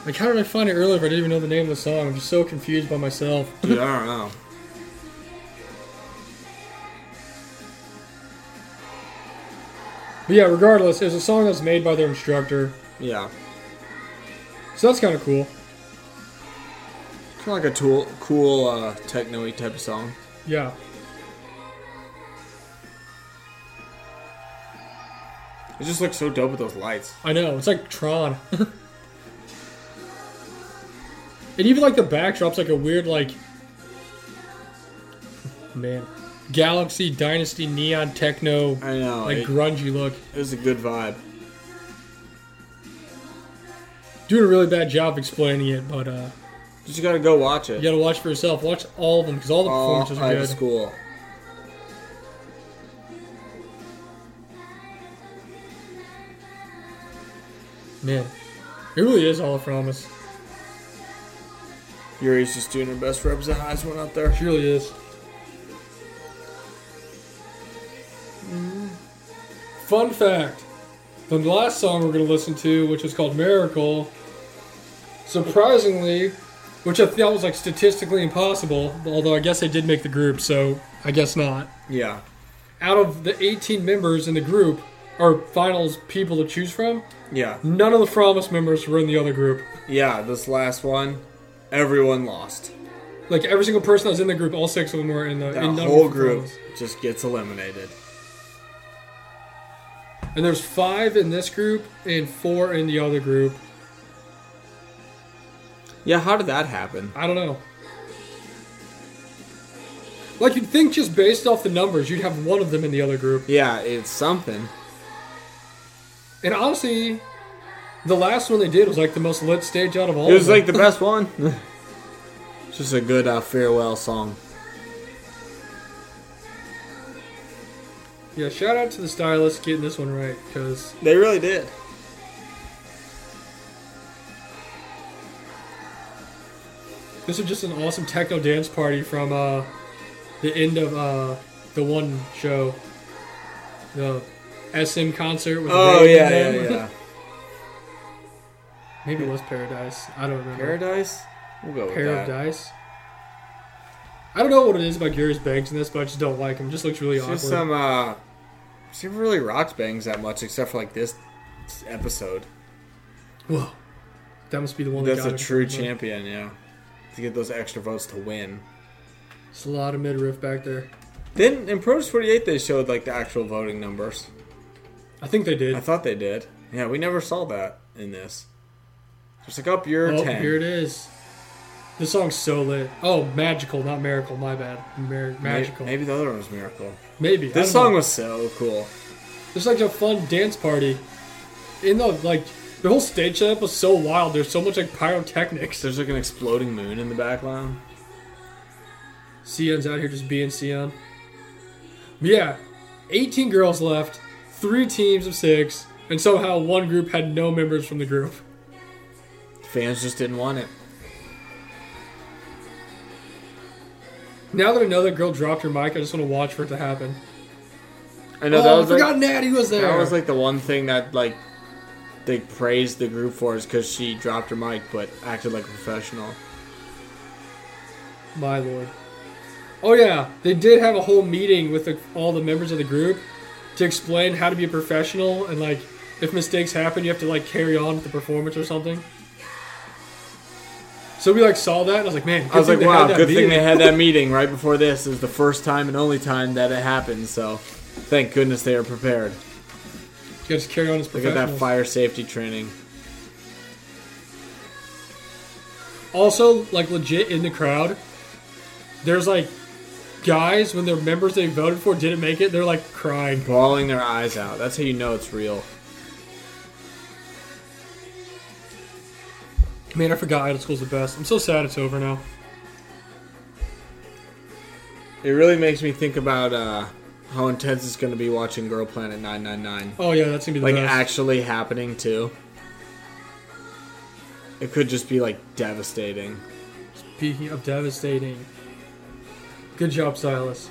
[SPEAKER 2] Like, how did I find it earlier if I didn't even know the name of the song? I'm just so confused by myself.
[SPEAKER 1] Dude, I don't know.
[SPEAKER 2] But yeah, regardless, it was a song that was made by their instructor.
[SPEAKER 1] Yeah,
[SPEAKER 2] So that's kind of cool.
[SPEAKER 1] kind of like a tool, cool uh, techno-y type of song.
[SPEAKER 2] Yeah.
[SPEAKER 1] It just looks so dope with those lights.
[SPEAKER 2] I know. It's like Tron. and even like the backdrop's like a weird like man, Galaxy Dynasty neon techno
[SPEAKER 1] I know.
[SPEAKER 2] like
[SPEAKER 1] it,
[SPEAKER 2] grungy look.
[SPEAKER 1] it was a good vibe.
[SPEAKER 2] Doing a really bad job explaining it, but uh
[SPEAKER 1] Just gotta go watch it.
[SPEAKER 2] you gotta watch for yourself. Watch all of them because all the
[SPEAKER 1] All
[SPEAKER 2] performances are
[SPEAKER 1] out
[SPEAKER 2] good.
[SPEAKER 1] of school.
[SPEAKER 2] Man, it really is all from us.
[SPEAKER 1] Yuri's just doing her best to represent highest one out there.
[SPEAKER 2] It really is. Fun fact the last song we're going to listen to, which is called Miracle, surprisingly, which I thought was like statistically impossible, although I guess they did make the group, so I guess not.
[SPEAKER 1] Yeah.
[SPEAKER 2] Out of the 18 members in the group, or finals people to choose from,
[SPEAKER 1] Yeah.
[SPEAKER 2] none of the Promise members were in the other group.
[SPEAKER 1] Yeah, this last one, everyone lost.
[SPEAKER 2] Like every single person that was in the group, all six of them were in the
[SPEAKER 1] That
[SPEAKER 2] in number
[SPEAKER 1] whole
[SPEAKER 2] for
[SPEAKER 1] group
[SPEAKER 2] Promise.
[SPEAKER 1] just gets eliminated.
[SPEAKER 2] And there's five in this group and four in the other group.
[SPEAKER 1] Yeah, how did that happen?
[SPEAKER 2] I don't know. Like you'd think just based off the numbers, you'd have one of them in the other group.
[SPEAKER 1] Yeah, it's something.
[SPEAKER 2] And honestly, the last one they did was like the most lit stage out of all.
[SPEAKER 1] It was
[SPEAKER 2] of them.
[SPEAKER 1] like the best one. It's just a good uh, farewell song.
[SPEAKER 2] yeah. Shout out to the stylist getting this one right because
[SPEAKER 1] They really did.
[SPEAKER 2] this was just an awesome techno dance party from uh, the end of uh, the one show, the SM concert. With
[SPEAKER 1] Oh
[SPEAKER 2] Ray
[SPEAKER 1] yeah,
[SPEAKER 2] and
[SPEAKER 1] yeah,
[SPEAKER 2] them.
[SPEAKER 1] yeah.
[SPEAKER 2] Maybe it was Paradise. I don't remember.
[SPEAKER 1] Paradise. We'll go with
[SPEAKER 2] pair
[SPEAKER 1] that.
[SPEAKER 2] of dice. I don't know what it is about Gary's Banks in this, but I just don't like him. Just looks really
[SPEAKER 1] It's
[SPEAKER 2] awkward.
[SPEAKER 1] just some. uh She never really rocks bangs that much, except for like this episode.
[SPEAKER 2] Whoa, that must be the one.
[SPEAKER 1] That's
[SPEAKER 2] that
[SPEAKER 1] a
[SPEAKER 2] got
[SPEAKER 1] true
[SPEAKER 2] him.
[SPEAKER 1] champion, yeah. To get those extra votes to win.
[SPEAKER 2] It's a lot of midriff back there.
[SPEAKER 1] Then in Produce 48, they showed like the actual voting numbers.
[SPEAKER 2] I think they did.
[SPEAKER 1] I thought they did. Yeah, we never saw that in this. Just like up your
[SPEAKER 2] oh,
[SPEAKER 1] ten.
[SPEAKER 2] here it is. This song's so lit. Oh, magical, not miracle. My bad. Mar-
[SPEAKER 1] May-
[SPEAKER 2] magical. Maybe.
[SPEAKER 1] Maybe the other one was Miracle.
[SPEAKER 2] maybe. I
[SPEAKER 1] This
[SPEAKER 2] don't
[SPEAKER 1] song
[SPEAKER 2] know.
[SPEAKER 1] was so cool.
[SPEAKER 2] This is like a fun dance party. In the like, the whole stage setup was so wild. There's so much like pyrotechnics.
[SPEAKER 1] There's like an exploding moon in the background.
[SPEAKER 2] Sion's out here just being Sion. But yeah, 18 girls left, three teams of six, and somehow one group had no members from the group.
[SPEAKER 1] Fans just didn't want it.
[SPEAKER 2] Now that I know that girl dropped her mic, I just want to watch for it to happen.
[SPEAKER 1] I know
[SPEAKER 2] oh,
[SPEAKER 1] that
[SPEAKER 2] I
[SPEAKER 1] was like,
[SPEAKER 2] forgot Natty was there.
[SPEAKER 1] that was like the one thing that like they praised the group for is because she dropped her mic but acted like a professional.
[SPEAKER 2] My lord. Oh yeah, they did have a whole meeting with the, all the members of the group to explain how to be a professional and like if mistakes happen, you have to like carry on with the performance or something. So we like saw that and I was like, man, good
[SPEAKER 1] I was
[SPEAKER 2] thing
[SPEAKER 1] like,
[SPEAKER 2] they
[SPEAKER 1] wow,
[SPEAKER 2] had that
[SPEAKER 1] good
[SPEAKER 2] meeting.
[SPEAKER 1] thing they had that meeting right before this. It was the first time and only time that it happened, so thank goodness they are prepared.
[SPEAKER 2] You just carry on as
[SPEAKER 1] They got that
[SPEAKER 2] professionals.
[SPEAKER 1] fire safety training.
[SPEAKER 2] Also, like legit in the crowd, there's like guys when their members they voted for didn't make it, they're like crying.
[SPEAKER 1] Bawling their eyes out. That's how you know it's real.
[SPEAKER 2] Man, I forgot Idol School's the best. I'm so sad it's over now.
[SPEAKER 1] It really makes me think about uh, how intense it's going to be watching Girl Planet 999.
[SPEAKER 2] Oh yeah, that's gonna be the
[SPEAKER 1] Like,
[SPEAKER 2] best.
[SPEAKER 1] actually happening, too. It could just be, like, devastating.
[SPEAKER 2] Speaking of devastating, good job, Silas.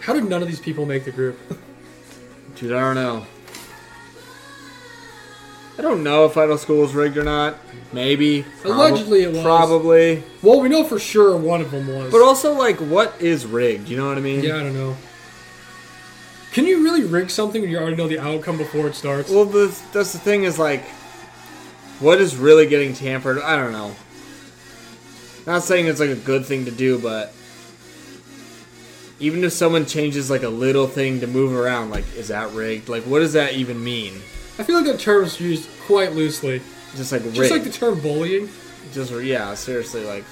[SPEAKER 2] How did none of these people make the group?
[SPEAKER 1] Dude, I don't know. I don't know if Idol School was rigged or not. Maybe. Prob-
[SPEAKER 2] Allegedly it was.
[SPEAKER 1] Probably.
[SPEAKER 2] Well, we know for sure one of them was.
[SPEAKER 1] But also, like, what is rigged? You know what I mean?
[SPEAKER 2] yeah, I don't know. Can you really rig something when you already know the outcome before it starts?
[SPEAKER 1] Well, the, that's the thing is, like, what is really getting tampered? I don't know. Not saying it's, like, a good thing to do, but even if someone changes, like, a little thing to move around, like, is that rigged? Like, what does that even mean?
[SPEAKER 2] I feel like that term is used quite loosely,
[SPEAKER 1] Just, like, rigged.
[SPEAKER 2] just like the term bullying.
[SPEAKER 1] Just, yeah, seriously, like,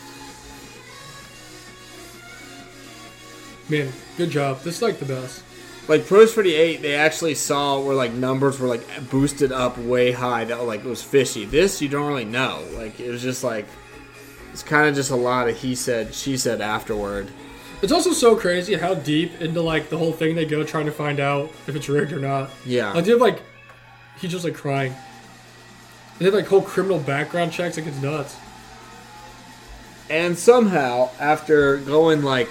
[SPEAKER 2] Man, good job. This is like the best.
[SPEAKER 1] like Pros 48, they actually saw where like numbers were like boosted up way high. That like was fishy. This you don't really know. Like it was just like it's kind of just a lot of he said, she said afterward.
[SPEAKER 2] It's also so crazy how deep into like the whole thing they go trying to find out if it's rigged or not.
[SPEAKER 1] Yeah.
[SPEAKER 2] Like they have like he's just like crying. They have like whole criminal background checks, like it's nuts.
[SPEAKER 1] And somehow after going like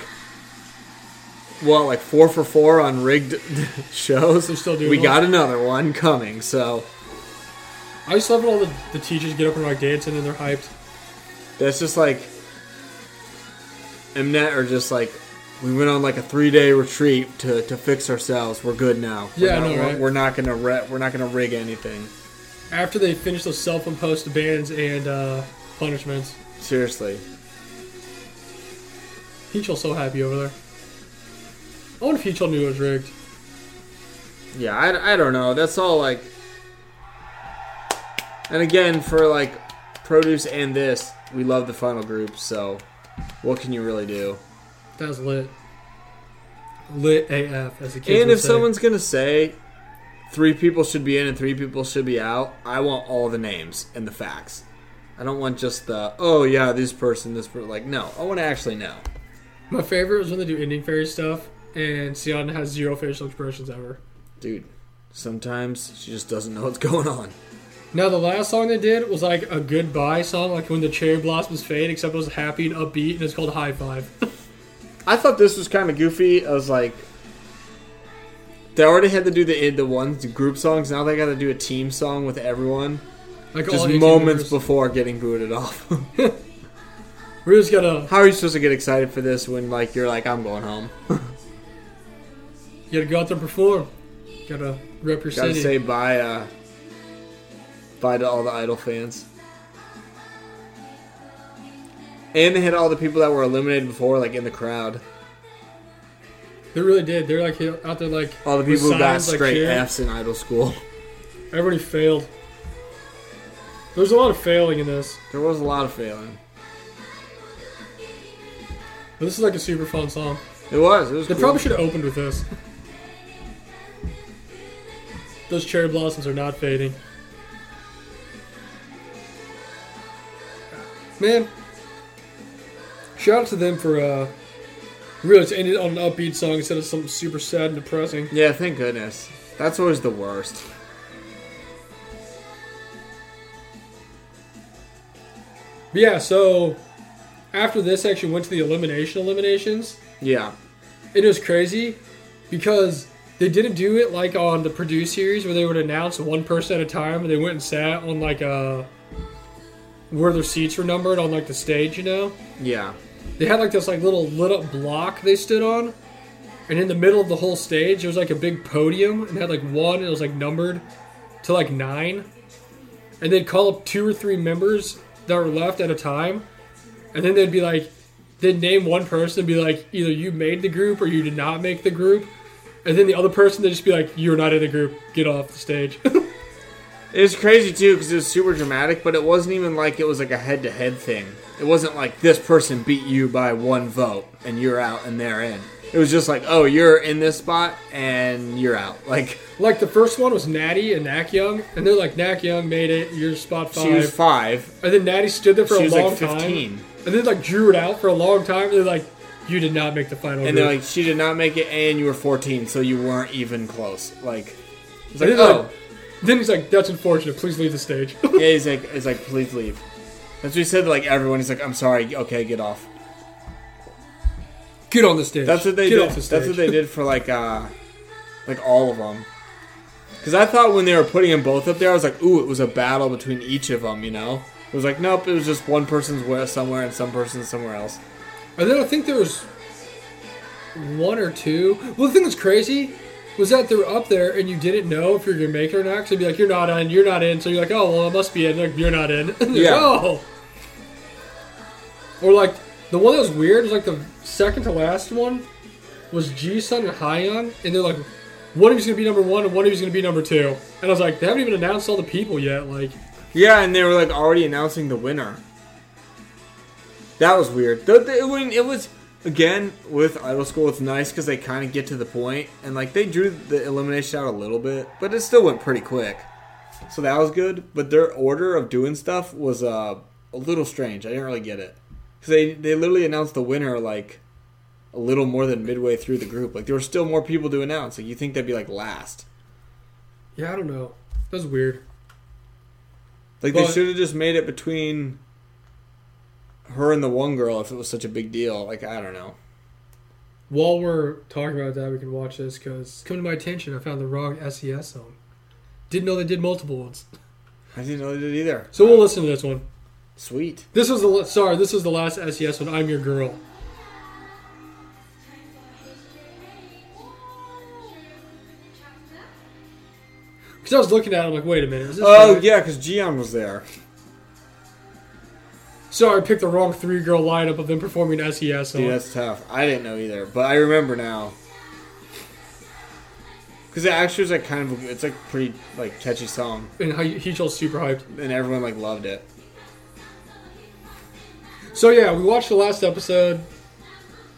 [SPEAKER 1] what like four for four on rigged shows,
[SPEAKER 2] They're still doing
[SPEAKER 1] we
[SPEAKER 2] well.
[SPEAKER 1] got another one coming. So
[SPEAKER 2] I just love when all the, the teachers get up and like dancing and they're hyped.
[SPEAKER 1] That's just like Mnet are just like we went on like a three day retreat to, to fix ourselves. We're good now. We're
[SPEAKER 2] Yeah, I
[SPEAKER 1] not,
[SPEAKER 2] know,
[SPEAKER 1] we're-
[SPEAKER 2] right?
[SPEAKER 1] we're not gonna re- we're not gonna rig anything.
[SPEAKER 2] After they finish those self-imposed bans and uh, punishments,
[SPEAKER 1] Seriously,
[SPEAKER 2] Heechul's so happy over there. I wonder if Heechul knew it was rigged.
[SPEAKER 1] yeah, I, I don't know. That's all like, and again for like produce and this, we love the final group. So, what can you really do?
[SPEAKER 2] That was lit. Lit AF, as the kids
[SPEAKER 1] and
[SPEAKER 2] would
[SPEAKER 1] if
[SPEAKER 2] say.
[SPEAKER 1] someone's gonna say three people should be in and three people should be out, I want all the names and the facts. I don't want just the oh yeah, this person, this person. Like no, I want to actually know.
[SPEAKER 2] My favorite was when they do ending fairy stuff, and Sion has zero facial expressions ever.
[SPEAKER 1] Dude, sometimes she just doesn't know what's going on.
[SPEAKER 2] Now the last song they did was like a goodbye song, like when the cherry blossoms fade, except it was happy and upbeat, and it's called High Five.
[SPEAKER 1] I thought this was kind of goofy. I was like, they already had to do the the one the group songs. Now they got to do a team song with everyone
[SPEAKER 2] Like all
[SPEAKER 1] just
[SPEAKER 2] 18
[SPEAKER 1] moments
[SPEAKER 2] members.
[SPEAKER 1] before getting booted off.
[SPEAKER 2] We just gotta
[SPEAKER 1] How are you supposed to get excited for this when like you're like I'm going home?
[SPEAKER 2] you gotta go out there and perform. gotta rep your
[SPEAKER 1] Gotta
[SPEAKER 2] city.
[SPEAKER 1] say bye, uh, bye to all the Idol fans. And they had all the people that were eliminated before, like in the crowd.
[SPEAKER 2] they really did. They're like out there like
[SPEAKER 1] All the
[SPEAKER 2] with
[SPEAKER 1] people who got
[SPEAKER 2] signs, like,
[SPEAKER 1] straight
[SPEAKER 2] cheering.
[SPEAKER 1] Fs in Idol school.
[SPEAKER 2] Everybody failed. There's a lot of failing in this,
[SPEAKER 1] There was a lot of failing.
[SPEAKER 2] but this is like a super fun song.
[SPEAKER 1] It was. It was.
[SPEAKER 2] They
[SPEAKER 1] cool.
[SPEAKER 2] probably should have opened with this. Those cherry blossoms are not fading. Man, shout out to them for uh, really to end it on an upbeat song instead of something super sad and depressing.
[SPEAKER 1] Yeah, thank goodness. That's always the worst.
[SPEAKER 2] But yeah, so after this, I actually went to the elimination eliminations.
[SPEAKER 1] Yeah.
[SPEAKER 2] It was crazy because they didn't do it like on the produce series where they would announce one person at a time and they went and sat on like a where their seats were numbered on like the stage, you know.
[SPEAKER 1] Yeah.
[SPEAKER 2] They had like this like little lit up block they stood on, and in the middle of the whole stage there was like a big podium and had like one and it was like numbered to like nine, and they'd call up two or three members that were left at a time, and then they'd be like, they'd name one person and be like, either you made the group or you did not make the group. And then the other person, they'd just be like, "You're not in the group. Get off the stage."
[SPEAKER 1] It was crazy too because it was super dramatic, but it wasn't even like it was like a head to head thing. It wasn't like this person beat you by one vote and you're out and they're in. It was just like, oh, you're in this spot and you're out. Like
[SPEAKER 2] like the first one was Natty and Nak Young, and they're like, "Nak Young made it. You're spot five.
[SPEAKER 1] she was five.
[SPEAKER 2] And then Natty stood there for
[SPEAKER 1] She
[SPEAKER 2] a
[SPEAKER 1] was
[SPEAKER 2] long
[SPEAKER 1] like fifteen.
[SPEAKER 2] time, and then like drew it out for a long time. And they're like, "You did not make the final."
[SPEAKER 1] And
[SPEAKER 2] group.
[SPEAKER 1] they're like, she did not make it and you were fourteen, so you weren't even close. Like it's
[SPEAKER 2] And
[SPEAKER 1] like,
[SPEAKER 2] then,
[SPEAKER 1] oh.
[SPEAKER 2] like, then he's like, "That's unfortunate. Please leave the stage."
[SPEAKER 1] Yeah, he's like it's like, please leave. That's what he said to like everyone. He's like, I'm sorry, okay, get off.
[SPEAKER 2] Get on the stage.
[SPEAKER 1] That's what they
[SPEAKER 2] Get
[SPEAKER 1] did.
[SPEAKER 2] off the stage.
[SPEAKER 1] That's what they did for like uh like all of them. Cuz I thought when they were putting them both up there I was like, "Ooh, it was a battle between each of them, you know?" It was like, "Nope, it was just one person's where somewhere and some person's somewhere else."
[SPEAKER 2] And then I think there was one or two. Well, the thing that's crazy was that they were up there and you didn't know if you're gonna make it or not. Because they'd be like, "You're not in. You're not in." So you're like, "Oh well, I must be in." They're Like you're not in. And you're
[SPEAKER 1] Yeah.
[SPEAKER 2] like, "Oh." Or like the one that was weird was like the second to last one was G Sun and Hyun, and they're like, "One of you's gonna be number one, and one of you's gonna be number two. And I was like, "They haven't even announced all the people yet." Like,
[SPEAKER 1] Yeah, and they were like already announcing the winner. That was weird. The, the, when it was again with Idol School, it's nice because they kind of get to the point and like they drew the elimination out a little bit, but it still went pretty quick. So that was good. But their order of doing stuff was uh, a little strange. I didn't really get it because they they literally announced the winner like a little more than midway through the group. Like there were still more people to announce. Like you think they'd be like last.
[SPEAKER 2] yeah, I don't know. That was weird.
[SPEAKER 1] Like
[SPEAKER 2] But-
[SPEAKER 1] they should have just made it between her and the one girl if it was such a big deal. Like I don't know.
[SPEAKER 2] While we're talking about that, we can watch this because come to my attention, I found the wrong SES song. Didn't know they did multiple ones.
[SPEAKER 1] I didn't know they did either.
[SPEAKER 2] So we'll listen to this one.
[SPEAKER 1] Sweet.
[SPEAKER 2] This was the la- sorry, this was the last SES one. I'm your girl. Because I was looking at it, I'm like, wait a minute. Is this
[SPEAKER 1] Oh
[SPEAKER 2] right?
[SPEAKER 1] yeah, because Gion was there.
[SPEAKER 2] Sorry, I picked the wrong three girl lineup of them performing SES. Song.
[SPEAKER 1] Dude, that's tough. I didn't know either, but I remember now. Because it actually was like kind of a, it's like pretty like catchy song,
[SPEAKER 2] And how he all super hyped.
[SPEAKER 1] and everyone like loved it.
[SPEAKER 2] So yeah, we watched the last episode.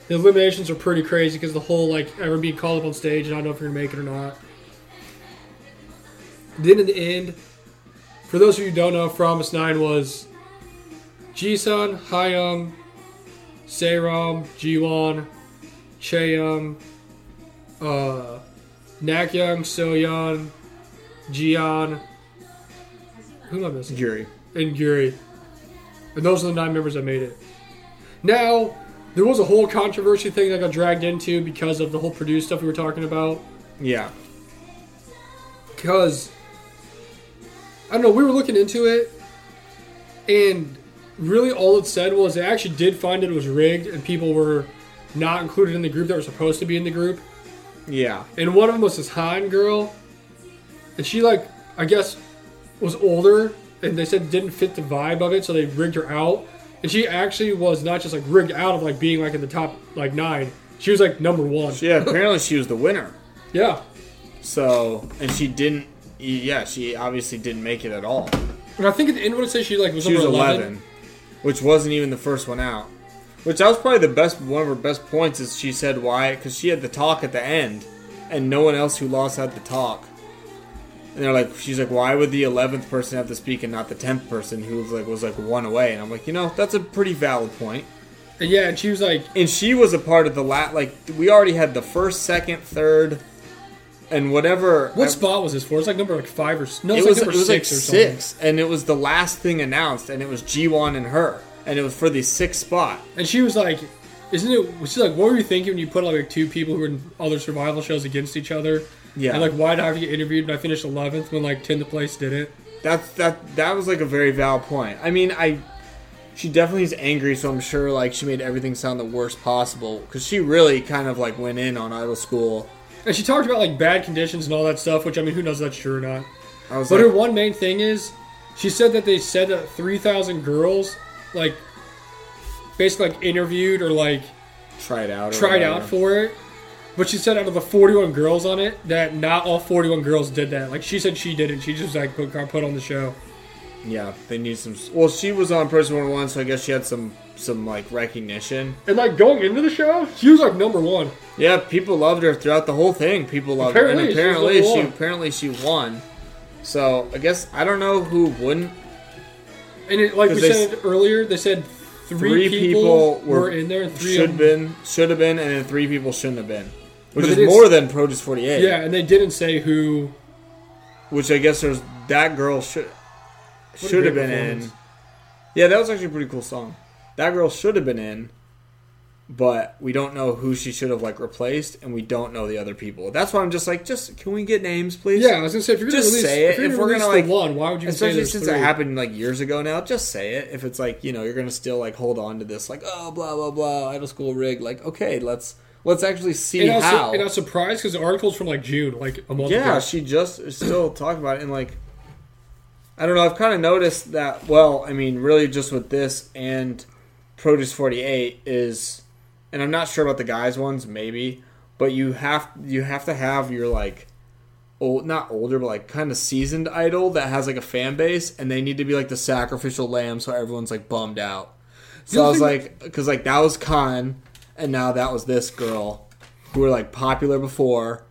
[SPEAKER 2] The eliminations are pretty crazy because the whole like everyone being called up on stage and I don't know if you're gonna make it or not. Then in the end, for those of you who don't know, Promise Nine was Jisun, Hyum, Seram, Jiwon, Cheum, uh, Nakyung, Soyeon, Jian. Who am I missing?
[SPEAKER 1] Yuri.
[SPEAKER 2] and Guri. And those are the nine members that made it. Now, there was a whole controversy thing that got dragged into because of the whole produce stuff we were talking about.
[SPEAKER 1] Yeah.
[SPEAKER 2] Because, I don't know, we were looking into it, and really all it said was they actually did find it was rigged and people were not included in the group that were supposed to be in the group.
[SPEAKER 1] Yeah.
[SPEAKER 2] And one of them was this Han girl. And she, like, I guess was older. And they said didn't fit the vibe of it. So they rigged her out. And she actually was not just, like, rigged out of, like, being, like, in the top, like, nine. She was, like, number one.
[SPEAKER 1] Yeah. Apparently she was the winner.
[SPEAKER 2] Yeah.
[SPEAKER 1] So and she didn't. Yeah, she obviously didn't make it at all.
[SPEAKER 2] And I think at the end, would it say she, like, was
[SPEAKER 1] She was
[SPEAKER 2] number 11.
[SPEAKER 1] 11, which wasn't even the first one out. Which that was probably the best one of her best points is she said why because she had the talk at the end, and no one else who lost had the talk. And they're like, she's like, why would the eleventh person have to speak and not the tenth person who was like was like one away? And I'm like, you know, that's a pretty valid point.
[SPEAKER 2] And yeah, and she was, like,
[SPEAKER 1] And she was a part of the lat. Like we already had the first, second, third, and whatever.
[SPEAKER 2] What spot was this for? It's like number like five or s- no,
[SPEAKER 1] it
[SPEAKER 2] it's
[SPEAKER 1] was,
[SPEAKER 2] like
[SPEAKER 1] it
[SPEAKER 2] number
[SPEAKER 1] was like
[SPEAKER 2] six or something.
[SPEAKER 1] six, and it was the last thing announced, and it was G1 and her, and it was for the sixth spot.
[SPEAKER 2] And she was like, "Isn't it?" She's like, "What were you thinking when you put like two people who were in other survival shows against each other?"
[SPEAKER 1] Yeah.
[SPEAKER 2] And like, why did I have to get interviewed? And I finished eleventh when like tenth place didn't.
[SPEAKER 1] That's that. That was like a very valid point. I mean, I she definitely is angry, so I'm sure like she made everything sound the worst possible because she really kind of like went in on Idol School.
[SPEAKER 2] And she talked about like bad conditions and all that stuff, which I mean, who knows if that's true or not.
[SPEAKER 1] I was
[SPEAKER 2] But her
[SPEAKER 1] like,
[SPEAKER 2] one main thing is, she said that they said that three thousand girls, like, basically like interviewed or like
[SPEAKER 1] tried out, or
[SPEAKER 2] tried
[SPEAKER 1] whatever.
[SPEAKER 2] out for it. But she said out of the forty-one girls on it, that not all forty-one girls did that. Like she said, she didn't. She just like put got put on the show.
[SPEAKER 1] Yeah, they knew some. Well, she was on Person One One, so I guess she had some some like recognition.
[SPEAKER 2] And like going into the show, she was like number one.
[SPEAKER 1] Yeah, people loved her throughout the whole thing. People loved her, and apparently she
[SPEAKER 2] Apparently, she was number one.
[SPEAKER 1] apparently she won. So I guess I don't know who wouldn't.
[SPEAKER 2] And it, like we
[SPEAKER 1] 'Cause they
[SPEAKER 2] said earlier, they said three,
[SPEAKER 1] Three
[SPEAKER 2] people,
[SPEAKER 1] people
[SPEAKER 2] were,
[SPEAKER 1] were-
[SPEAKER 2] in there, and three
[SPEAKER 1] Should
[SPEAKER 2] of-
[SPEAKER 1] been should have been, and then three people shouldn't have been, which
[SPEAKER 2] But
[SPEAKER 1] is
[SPEAKER 2] it is-
[SPEAKER 1] more than Pro Just Forty Eight.
[SPEAKER 2] Yeah, and they didn't say who.
[SPEAKER 1] which I guess there's that girl should
[SPEAKER 2] a
[SPEAKER 1] should have
[SPEAKER 2] great
[SPEAKER 1] been in.
[SPEAKER 2] performance.
[SPEAKER 1] Yeah, that was actually a pretty cool song. That girl should have been in, but we don't know who she should have like replaced, and we don't know the other people. That's why I'm just like, just can we get names, please?
[SPEAKER 2] Yeah, I was gonna say if you're gonna
[SPEAKER 1] Just
[SPEAKER 2] release,
[SPEAKER 1] say it.
[SPEAKER 2] if you're
[SPEAKER 1] If
[SPEAKER 2] gonna
[SPEAKER 1] we're
[SPEAKER 2] release
[SPEAKER 1] gonna,
[SPEAKER 2] the
[SPEAKER 1] like-
[SPEAKER 2] one, why would you say
[SPEAKER 1] Especially
[SPEAKER 2] there's
[SPEAKER 1] since
[SPEAKER 2] three?
[SPEAKER 1] it happened like years ago now, just say it. If it's like you know you're gonna still like hold on to this, like oh blah blah blah, idol school rig. Like okay, let's let's actually see
[SPEAKER 2] And I was,
[SPEAKER 1] how.
[SPEAKER 2] and I was surprised because the article's from like June, like a month
[SPEAKER 1] Yeah,
[SPEAKER 2] ago.
[SPEAKER 1] she just is still talking about it, and like, I don't know. I've kind of noticed that. Well, I mean, really, just with this and Produce Forty Eight is, and I'm not sure about the guys ones, maybe, but you have you have to have your like. Old, not older, but like kind of seasoned idol that has like a fan base, and they need to be like the sacrificial lamb, so everyone's like bummed out. So I was like, because like that was Khan, and now that was this girl, who were like popular before,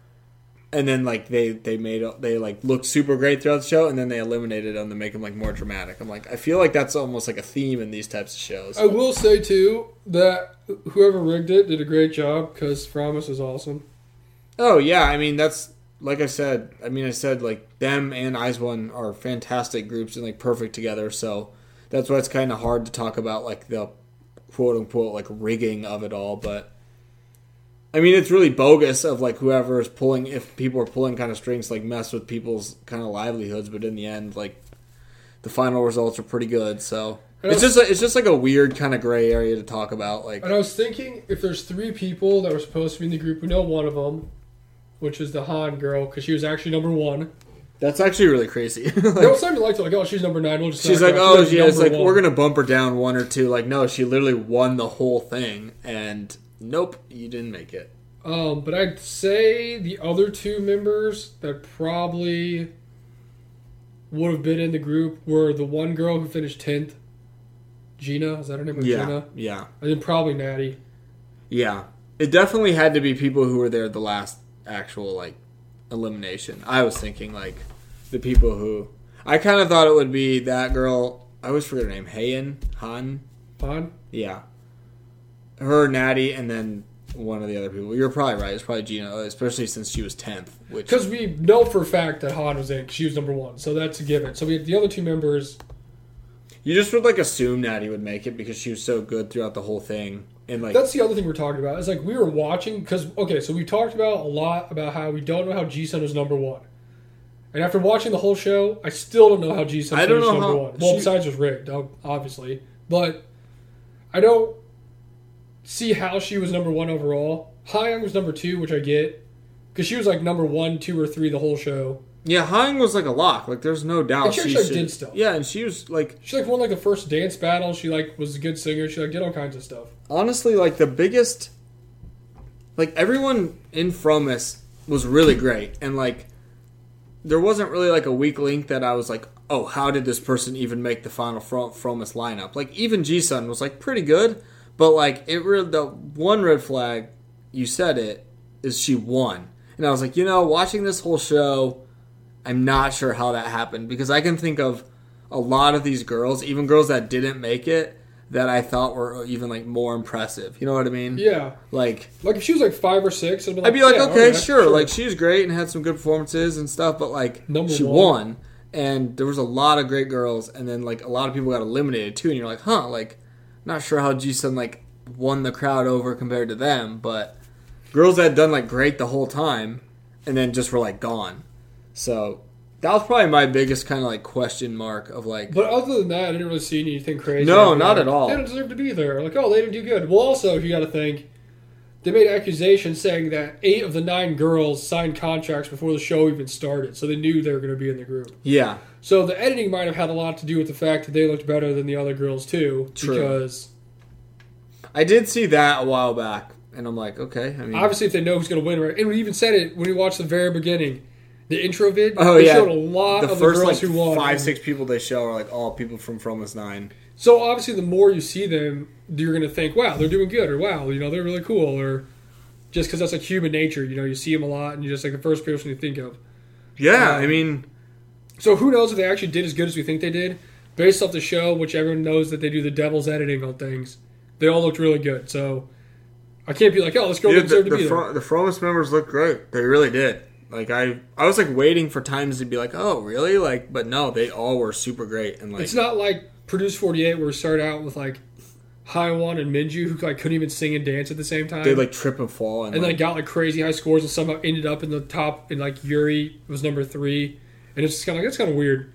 [SPEAKER 1] and then like they they made they like looked super great throughout the show, and then they eliminated them to make them like more dramatic. I'm like, I feel like that's almost like a theme in these types of shows.
[SPEAKER 2] I will say too that whoever rigged it did a great job because Promise is awesome.
[SPEAKER 1] Oh yeah, I mean that's like I said. I mean I said like them and Eyes One are fantastic groups and like perfect together. So that's why it's kind of hard to talk about like the quote unquote like rigging of it all. But I mean it's really bogus of like whoever is pulling if people are pulling kind of strings like mess with people's kind of livelihoods. But in the end, like the final results are pretty good. So it's just it's just like a weird kind of gray area to talk about. Like
[SPEAKER 2] And I was thinking if there's three people that were supposed to be in the group, we know one of them, which is the Han girl because she was actually number one.
[SPEAKER 1] that's actually really crazy.
[SPEAKER 2] They all sounded like like oh she's number nine. We'll just
[SPEAKER 1] She's
[SPEAKER 2] knock
[SPEAKER 1] like,
[SPEAKER 2] her out.
[SPEAKER 1] oh,
[SPEAKER 2] She's
[SPEAKER 1] yeah, it's
[SPEAKER 2] number
[SPEAKER 1] like,
[SPEAKER 2] one.
[SPEAKER 1] we're going to bump her down one or two. Like, no, she literally won the whole thing. And nope, you didn't make it.
[SPEAKER 2] Um, but I'd say the other two members that probably would have been in the group were the one girl who finished tenth, Gina. Is that her name? Gina.
[SPEAKER 1] Yeah.
[SPEAKER 2] And then probably Natty.
[SPEAKER 1] Yeah. It definitely had to be people who were there at the last actual, like, elimination. I was thinking, like, the people who. I kind of thought it would be that girl. I always forget her name. Hayen? Han?
[SPEAKER 2] On.
[SPEAKER 1] Yeah. Her, Natty, and then one of the other people. You're probably right. It's probably Gina, especially since she was 10th, which.
[SPEAKER 2] Because we know for a fact that Han was in. 'cause She was number one, so that's a given. So we have the other two members.
[SPEAKER 1] You just would like assume Natty would make it because she was so good throughout the whole thing, and like
[SPEAKER 2] That's the other thing we're talking about. It's like we were watching because okay, so we talked about a lot about how we don't know how G Sun was number one, and after watching the whole show, I still don't know how G Sun
[SPEAKER 1] I don't
[SPEAKER 2] finished
[SPEAKER 1] know
[SPEAKER 2] number
[SPEAKER 1] how-
[SPEAKER 2] one. Well,
[SPEAKER 1] she-
[SPEAKER 2] besides was rigged, ob- obviously, but I don't see how she was number one overall. Hyung was number two, which I get because she was like number one, two, or three the whole show.
[SPEAKER 1] yeah, Hyung was like a lock. Like there's no doubt
[SPEAKER 2] And she actually did stuff.
[SPEAKER 1] Yeah, and she was like
[SPEAKER 2] She like won like the first dance battle. She like was a good singer. She like did all kinds of stuff.
[SPEAKER 1] honestly like the biggest. Like everyone in Fromis was really great, and like there wasn't really like a weak link that I was like, oh, how did this person even make the final Fro- Fromis lineup? Like even G Sun was like pretty good, but like it really the one red flag you said it is she won, and I was like, you know, watching this whole show, I'm not sure how that happened because I can think of a lot of these girls, even girls that didn't make it, that I thought were even like more impressive. You know what I mean?
[SPEAKER 2] Yeah.
[SPEAKER 1] Like
[SPEAKER 2] Like if she was like five or six, I'd be like,
[SPEAKER 1] I'd be like,
[SPEAKER 2] yeah,
[SPEAKER 1] okay, sure. Like she's great and had some good performances and stuff, but like
[SPEAKER 2] Number
[SPEAKER 1] she
[SPEAKER 2] one.
[SPEAKER 1] won, and there was a lot of great girls, and then like a lot of people got eliminated too, and you're like, huh, like not sure how Jisung like won the crowd over compared to them, but girls that had done like great the whole time, and then just were like gone. So that was probably my biggest kind of like question mark of like,
[SPEAKER 2] But other than that, I didn't really see anything crazy.
[SPEAKER 1] No,
[SPEAKER 2] I'd be
[SPEAKER 1] not
[SPEAKER 2] like,
[SPEAKER 1] at all.
[SPEAKER 2] They don't deserve to be there. Like, oh, they didn't do good. Well, also, if you got to think, they made accusations saying that eight of the nine girls signed contracts before the show even started, so they knew they were going to be in the group.
[SPEAKER 1] yeah,
[SPEAKER 2] So the editing might have had a lot to do with the fact that they looked better than the other girls too,
[SPEAKER 1] True.
[SPEAKER 2] because
[SPEAKER 1] I did see that a while back, and I'm like, okay, I mean,
[SPEAKER 2] obviously, if they know who's going to win, right? And we even said it when we watched the very beginning, the intro vid.
[SPEAKER 1] Oh,
[SPEAKER 2] they
[SPEAKER 1] yeah.
[SPEAKER 2] showed a lot
[SPEAKER 1] the
[SPEAKER 2] of
[SPEAKER 1] first
[SPEAKER 2] the
[SPEAKER 1] like
[SPEAKER 2] girls who won.
[SPEAKER 1] five six people they show are like all people from From Us Nine.
[SPEAKER 2] So obviously, the more you see them, you're going to think, "Wow, they're doing good," or "Wow, you know, they're really cool," or just because that's like human nature. You know, you see them a lot, and you're just like the first person you think of.
[SPEAKER 1] Yeah,
[SPEAKER 2] Um,
[SPEAKER 1] I mean,
[SPEAKER 2] So who knows if they actually did as good as we think they did, based off the show, which everyone knows that they do the devil's editing on things. They all looked really good, so I can't be like, "Oh, this girl
[SPEAKER 1] dude,
[SPEAKER 2] didn't
[SPEAKER 1] the,
[SPEAKER 2] deserve to
[SPEAKER 1] the,
[SPEAKER 2] be there."
[SPEAKER 1] Fro- the Fromis members looked great. They really did. Like I, I was like waiting for times to be like, oh, really? Like, but no, they all were super great and like,
[SPEAKER 2] It's not like Produce 48 where we start out with like Haiwan and Minju who like couldn't even sing and dance at the same time.
[SPEAKER 1] they like trip and fall and,
[SPEAKER 2] and then
[SPEAKER 1] like,
[SPEAKER 2] got like crazy high scores and somehow ended up in the top and like Yuri was number three and it's just kind of like that's kind of weird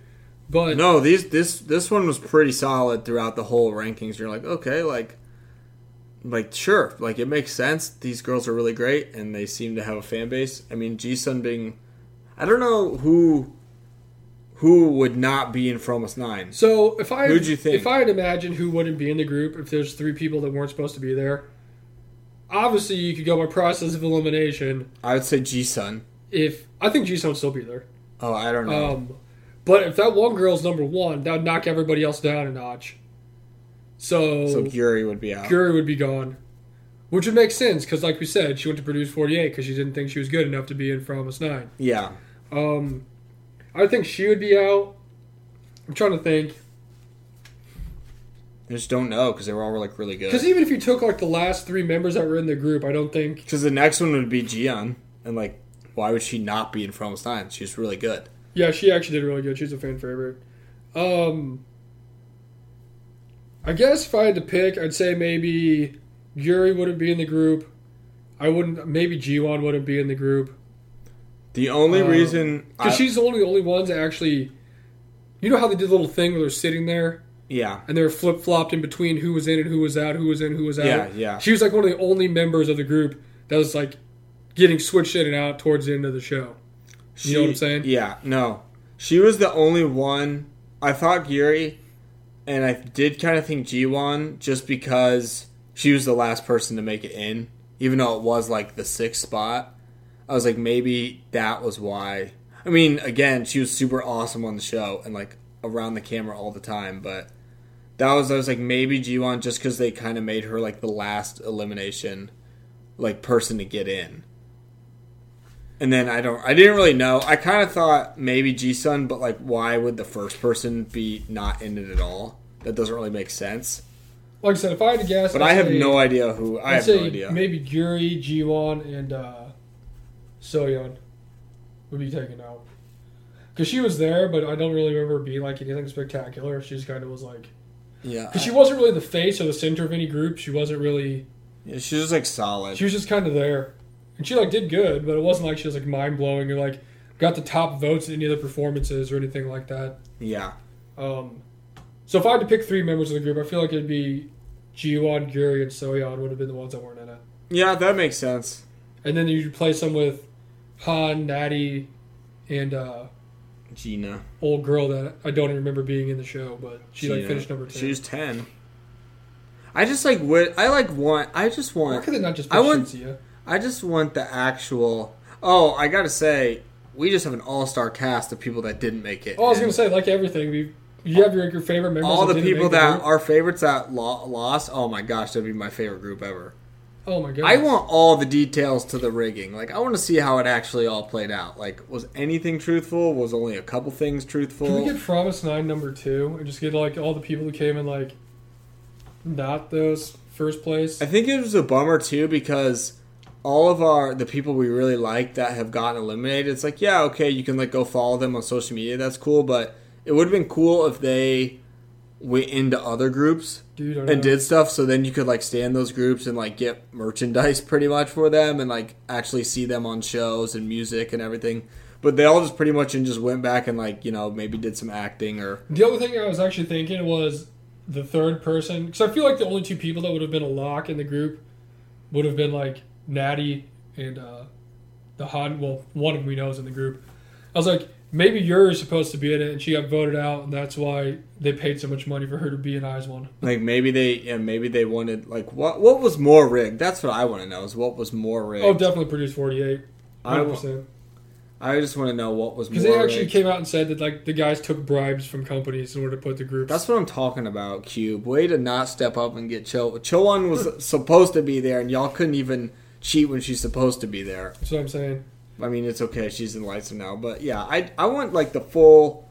[SPEAKER 2] but
[SPEAKER 1] no, these this this one was pretty solid throughout the whole rankings. You're like, okay, like, like sure, like it makes sense. These girls are really great and they seem to have a fan base. I mean, Jisun being, I don't know who, who would not be in From Us Nine.
[SPEAKER 2] so if I
[SPEAKER 1] Who'd you think?
[SPEAKER 2] if I had imagined who wouldn't be in the group if there's three people that weren't supposed to be there obviously you could go by process of elimination
[SPEAKER 1] I would say Jisun.
[SPEAKER 2] if I think Jisoo would still be there
[SPEAKER 1] Oh, I don't know.
[SPEAKER 2] um but if that one girl's number one that would knock everybody else down a notch so,
[SPEAKER 1] so Yuri would be out.
[SPEAKER 2] Guri would be gone, which would make sense because, like we said, she went to Produce 48 because she didn't think she was good enough to be in From Us 9.
[SPEAKER 1] Yeah.
[SPEAKER 2] Um, I think she would be out. I'm trying to think
[SPEAKER 1] I just don't know because they were all like really good.
[SPEAKER 2] because even if you took like the last three members that were in the group, I don't think
[SPEAKER 1] Because the next one would be Gian, and like, why would she not be in From Stein? She's really good.
[SPEAKER 2] Yeah, she actually did really good. She's a fan favorite. Um, I guess if I had to pick, I'd say maybe Yuri wouldn't be in the group. I wouldn't. Maybe Jiwon wouldn't be in the group.
[SPEAKER 1] The only
[SPEAKER 2] Um,
[SPEAKER 1] reason, I,
[SPEAKER 2] Because she's the only, the only ones that actually. You know how they did the little thing where they're sitting there
[SPEAKER 1] yeah,
[SPEAKER 2] and they're flip flopped in between who was in and who was out, who was in, who was out?
[SPEAKER 1] Yeah, yeah.
[SPEAKER 2] She was like one of the only members of the group that was like getting switched in and out towards the end of the show.
[SPEAKER 1] she,
[SPEAKER 2] You know what I'm saying?
[SPEAKER 1] Yeah, no, she was the only one. I thought Yuri, and I did kind of think Jiwon just because she was the last person to make it in, even though it was like the sixth spot. I was like, maybe that was why. I mean, again, she was super awesome on the show and like around the camera all the time, but that was I was like maybe G1 just because they kind of made her like the last elimination, like person to get in. And then I don't, I didn't really know. I kind of thought maybe G Sun, but like, why would the first person be not in it at all? That doesn't really make sense.
[SPEAKER 2] Like I said, if I had to guess.
[SPEAKER 1] But I have
[SPEAKER 2] no idea.
[SPEAKER 1] no idea who. I
[SPEAKER 2] I'd
[SPEAKER 1] have
[SPEAKER 2] say
[SPEAKER 1] no idea.
[SPEAKER 2] Maybe Guri, Jiwon, and uh, Soyeon would be taken out. Because she was there, but I don't really remember her being like anything spectacular. She just kind of was like.
[SPEAKER 1] yeah,
[SPEAKER 2] Because she wasn't really the face or the center of any group. She wasn't really.
[SPEAKER 1] yeah, she's just like solid.
[SPEAKER 2] She was just kind of there. And she like did good, but it wasn't like she was like mind blowing or like got the top votes in any of the performances or anything like that.
[SPEAKER 1] yeah,
[SPEAKER 2] Um, so if I had to pick three members of the group, I feel like it'd be Jiwon, Guri, and Soyeon would have been the ones that weren't in it.
[SPEAKER 1] yeah, that makes sense.
[SPEAKER 2] and then you replace them with Han, Natty, and uh,
[SPEAKER 1] Gina.
[SPEAKER 2] old girl that I don't even remember being in the show, but she like
[SPEAKER 1] Gina.
[SPEAKER 2] finished number ten.
[SPEAKER 1] She was ten. I just like would I like want I just
[SPEAKER 2] Why
[SPEAKER 1] want
[SPEAKER 2] could they not just
[SPEAKER 1] I
[SPEAKER 2] put
[SPEAKER 1] want-
[SPEAKER 2] Shinsia?
[SPEAKER 1] I just want the actual. Oh, I gotta say, we just have an all-star cast of people that didn't make it.
[SPEAKER 2] Oh, I was
[SPEAKER 1] And
[SPEAKER 2] gonna say like everything. We you have your, your favorite members.
[SPEAKER 1] all
[SPEAKER 2] that
[SPEAKER 1] the
[SPEAKER 2] didn't
[SPEAKER 1] people
[SPEAKER 2] make the
[SPEAKER 1] that
[SPEAKER 2] group?
[SPEAKER 1] are favorites that lo- lost. Oh my gosh, that'd be my favorite group ever.
[SPEAKER 2] oh my god.
[SPEAKER 1] I want all the details to the rigging. Like, I want to see how it actually all played out. Like, was anything truthful? Was only a couple things
[SPEAKER 2] Can we
[SPEAKER 1] truthful?
[SPEAKER 2] get Promise Nine number two and just get like all the people who came in like not those first place.
[SPEAKER 1] I think it was a bummer too because all of our the people we really like that have gotten eliminated. It's like yeah, okay, you can like go follow them on social media. That's cool, but it would have been cool if they went into other groups
[SPEAKER 2] Dude, I know.
[SPEAKER 1] and did stuff. So then you could like stay in those groups and like get merchandise pretty much for them and like actually see them on shows and music and everything. But they all just pretty much and just went back and like you know maybe did some acting or
[SPEAKER 2] The other thing I was actually thinking was the third person, because I feel like the only two people that would have been a lock in the group would have been like Natty and uh, the hot. Well, one of them we know is in the group. I was like, maybe you're supposed to be in it, and she got voted out, and that's why they paid so much money for her to be in Eyes One.
[SPEAKER 1] like maybe they yeah, maybe they wanted like what what was more rigged? That's what I want to know is what was more rigged.
[SPEAKER 2] Oh, definitely produced 48.
[SPEAKER 1] I wa-
[SPEAKER 2] 100%.
[SPEAKER 1] I just want to know what was more
[SPEAKER 2] Because they actually
[SPEAKER 1] rigged.
[SPEAKER 2] came out and said that like the guys took bribes from companies in order to put the groups.
[SPEAKER 1] That's what I'm talking about, Cube. Way to not step up and get Cho. Choan was supposed to be there, and y'all couldn't even cheat when she's supposed to be there.
[SPEAKER 2] that's what I'm saying.
[SPEAKER 1] I mean, it's okay. She's in lights now, but yeah, I I want like the full